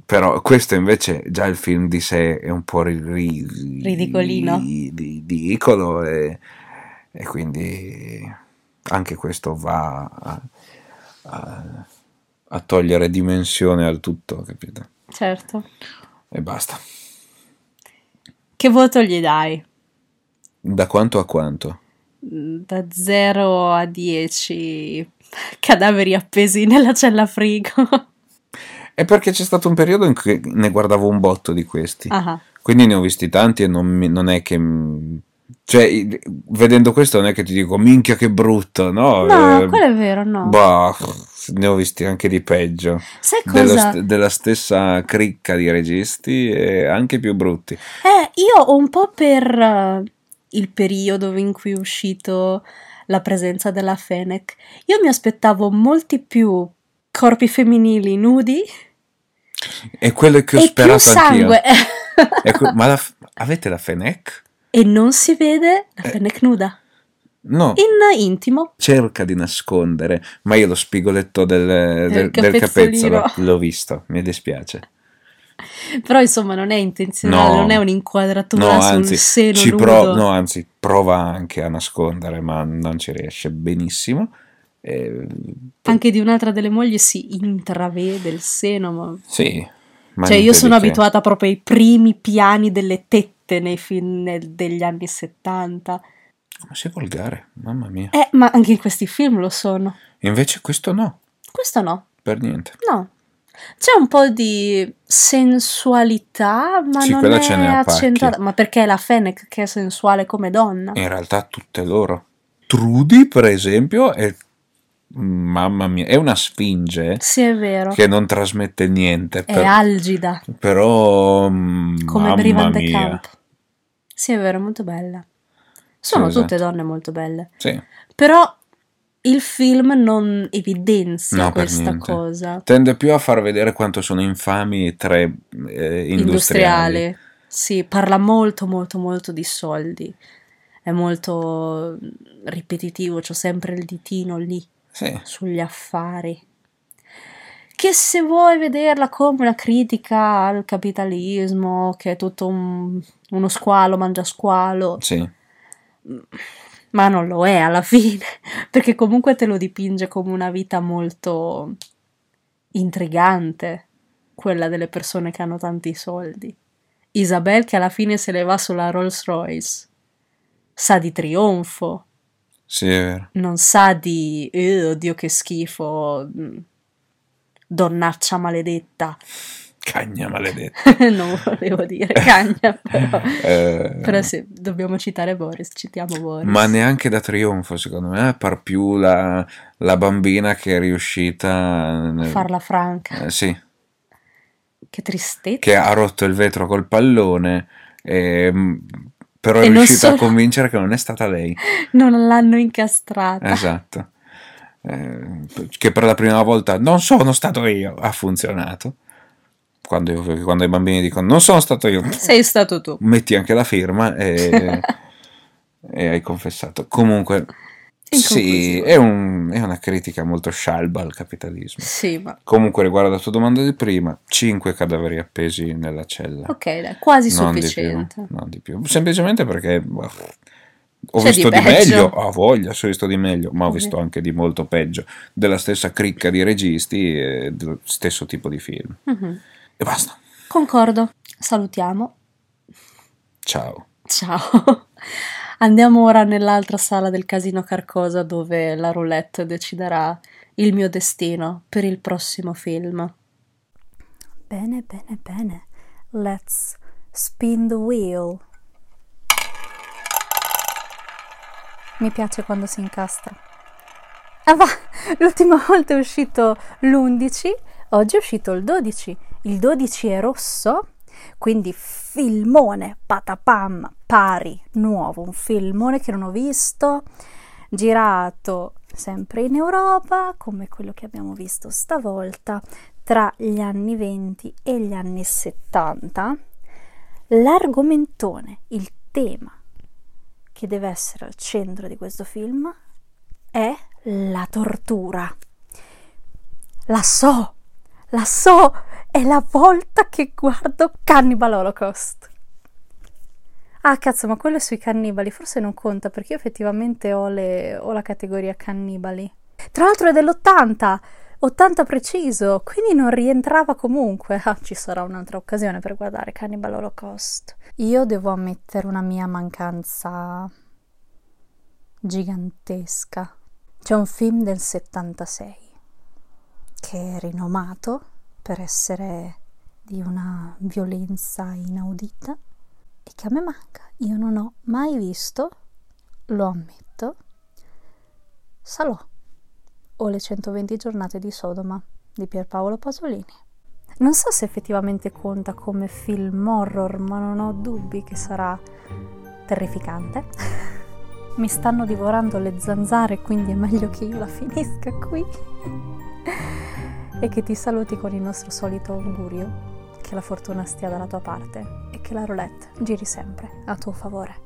[SPEAKER 2] Però questo invece già il film di sé è un po' ri- ri-
[SPEAKER 1] Ridicolino.
[SPEAKER 2] ri- ridicolo e, e quindi anche questo va a, a- a togliere dimensione al tutto, capito?
[SPEAKER 1] certo.
[SPEAKER 2] E basta.
[SPEAKER 1] Che voto gli dai?
[SPEAKER 2] Da quanto a quanto?
[SPEAKER 1] mm, Da 0 a 10 cadaveri appesi nella cella frigo.
[SPEAKER 2] È perché c'è stato un periodo in cui ne guardavo un botto di questi.
[SPEAKER 1] Ah, ah.
[SPEAKER 2] Quindi ne ho visti tanti e non, mi- non è che... m- Cioè, il- vedendo questo non è che ti dico, minchia che brutto, no?
[SPEAKER 1] No,
[SPEAKER 2] Eh,
[SPEAKER 1] quello è vero, no.
[SPEAKER 2] Bah, ne ho visti anche di peggio.
[SPEAKER 1] Sai
[SPEAKER 2] Dello
[SPEAKER 1] cosa?
[SPEAKER 2] st- della stessa cricca di registi e anche più brutti.
[SPEAKER 1] Eh, io ho un po' per eh, il periodo in cui è uscito la presenza della Fennec, io mi aspettavo molti più corpi femminili nudi
[SPEAKER 2] E quello che ho
[SPEAKER 1] e più
[SPEAKER 2] sperato anch'io.
[SPEAKER 1] sangue.
[SPEAKER 2] E que- ma la f- avete la Fenec?
[SPEAKER 1] e non si vede la
[SPEAKER 2] Eh.
[SPEAKER 1] Fennec nuda.
[SPEAKER 2] No.
[SPEAKER 1] In intimo.
[SPEAKER 2] cerca di nascondere, ma io lo spigoletto del, del- del
[SPEAKER 1] capezzolino.
[SPEAKER 2] capezzolo l'ho visto, mi dispiace.
[SPEAKER 1] Però insomma non è intenzionale,
[SPEAKER 2] No.
[SPEAKER 1] non è
[SPEAKER 2] No,
[SPEAKER 1] un'inquadratura sul
[SPEAKER 2] anzi,
[SPEAKER 1] seno
[SPEAKER 2] ci
[SPEAKER 1] nudo.
[SPEAKER 2] pro- no, anzi, prova anche a nascondere, ma non ci riesce benissimo. Eh,
[SPEAKER 1] Anche di un'altra delle mogli si intravede il seno, ma
[SPEAKER 2] sì, ma
[SPEAKER 1] Cioè, io
[SPEAKER 2] niente
[SPEAKER 1] sono
[SPEAKER 2] di che.
[SPEAKER 1] abituata proprio ai primi piani delle tette nei film nel- degli anni 70.
[SPEAKER 2] Come sei volgare, mamma mia.
[SPEAKER 1] Eh, ma anche in questi film lo sono.
[SPEAKER 2] Invece questo no,
[SPEAKER 1] Questo no,
[SPEAKER 2] per niente.
[SPEAKER 1] no. C'è un po' di sensualità, ma
[SPEAKER 2] Sì,
[SPEAKER 1] non
[SPEAKER 2] quella
[SPEAKER 1] è
[SPEAKER 2] ce n'è a pacchi.
[SPEAKER 1] accentuata. Ma perché è la Fennec che è sensuale come donna?
[SPEAKER 2] In realtà tutte loro. Trudy, per esempio, è... Mamma mia, è una sfinge
[SPEAKER 1] Sì, è vero.
[SPEAKER 2] che non trasmette niente.
[SPEAKER 1] È
[SPEAKER 2] però-
[SPEAKER 1] algida,
[SPEAKER 2] Però, mm,
[SPEAKER 1] come
[SPEAKER 2] mamma
[SPEAKER 1] Brivan de
[SPEAKER 2] mia.
[SPEAKER 1] Camp. Sì, è vero, è molto bella. Sono
[SPEAKER 2] Sì, esatto.
[SPEAKER 1] tutte donne molto belle.
[SPEAKER 2] Sì.
[SPEAKER 1] Però il film non evidenzia
[SPEAKER 2] No, per
[SPEAKER 1] questa
[SPEAKER 2] niente.
[SPEAKER 1] cosa.
[SPEAKER 2] Tende più a far vedere quanto sono infami i tre eh, industriali.
[SPEAKER 1] industriale. Sì, parla molto, molto, molto di soldi. È molto mm, ripetitivo, c'ho sempre il ditino lì
[SPEAKER 2] Sì.
[SPEAKER 1] sugli affari. che se vuoi vederla come una critica al capitalismo, che è tutto un- uno squalo mangia squalo,
[SPEAKER 2] Sì.
[SPEAKER 1] ma non lo è alla fine, perché comunque te lo dipinge come una vita molto intrigante, quella delle persone che hanno tanti soldi. Isabel che alla fine se ne va sulla Rolls Royce, sa di trionfo,
[SPEAKER 2] Sì, è vero.
[SPEAKER 1] non sa di "Eh, oddio che schifo, mm, donnaccia maledetta,
[SPEAKER 2] Cagna maledetta.
[SPEAKER 1] non volevo dire cagna, però,
[SPEAKER 2] Eh,
[SPEAKER 1] però se dobbiamo citare Boris, citiamo Boris.
[SPEAKER 2] Ma neanche da trionfo, secondo me, eh, par più la, la bambina che è riuscita... nel-
[SPEAKER 1] Farla franca.
[SPEAKER 2] eh, sì,
[SPEAKER 1] Che tristezza.
[SPEAKER 2] che ha rotto il vetro col pallone, e, mh, però è
[SPEAKER 1] E non
[SPEAKER 2] riuscita a
[SPEAKER 1] solo-
[SPEAKER 2] convincere che non è stata lei.
[SPEAKER 1] Non l'hanno incastrata.
[SPEAKER 2] Esatto. Eh, che per la prima volta non sono stato io, ha funzionato. Quando, io- quando i bambini dicono non sono stato io,
[SPEAKER 1] Sei stato tu.
[SPEAKER 2] metti anche la firma e, e hai confessato. Comunque,
[SPEAKER 1] In
[SPEAKER 2] sì,
[SPEAKER 1] conclusione.
[SPEAKER 2] eh. è, un- è una critica molto scialba al capitalismo.
[SPEAKER 1] Sì, ma...
[SPEAKER 2] Comunque, riguardo alla tua domanda di prima, 5 cadaveri appesi nella cella.
[SPEAKER 1] Ok, dai, quasi
[SPEAKER 2] Non di, più,
[SPEAKER 1] sufficiente.
[SPEAKER 2] non di più, semplicemente perché boh, ho
[SPEAKER 1] C'è
[SPEAKER 2] visto
[SPEAKER 1] di
[SPEAKER 2] di,
[SPEAKER 1] peggio.
[SPEAKER 2] meglio, ho voglia, ho visto di meglio, ma ho
[SPEAKER 1] Ovvio.
[SPEAKER 2] visto anche di molto peggio della stessa cricca di registi e dello stesso tipo di film.
[SPEAKER 1] Mhm.
[SPEAKER 2] E basta.
[SPEAKER 1] Concordo. Salutiamo.
[SPEAKER 2] Ciao.
[SPEAKER 1] Ciao. Andiamo ora nell'altra sala del casino Carcosa dove la roulette deciderà il mio destino per il prossimo film.
[SPEAKER 3] Bene, bene, bene. Let's spin the wheel. Mi piace quando si incastra. Ah va, l'ultima volta è uscito l'11, oggi è uscito il 12. Il 12 è rosso, quindi filmone, patapam, pari, nuovo, un filmone che non ho visto, girato sempre in Europa, come quello che abbiamo visto stavolta, tra gli anni 20 e gli anni 70. L'argomentone, il tema che deve essere al centro di questo film è la tortura. La so, la so, è la volta che guardo Cannibal Holocaust. Ah cazzo, ma quello è sui cannibali, forse non conta perché io effettivamente ho, le- ho la categoria cannibali. Tra l'altro è dell'80, 80 preciso, quindi non rientrava comunque. Ah, ci sarà un'altra occasione per guardare Cannibal Holocaust. Io devo ammettere una mia mancanza gigantesca. C'è un film del 76 che è rinomato per essere di una violenza inaudita e che a me manca. Io non ho mai visto, lo ammetto, Salò o le 120 giornate di Sodoma di Pierpaolo Pasolini. Non so se effettivamente conta come film horror, ma non ho dubbi che sarà terrificante. Mi stanno divorando le zanzare, quindi è meglio che io la finisca qui. e che ti saluti con il nostro solito augurio, che la fortuna stia dalla tua parte e che la roulette giri sempre a tuo favore.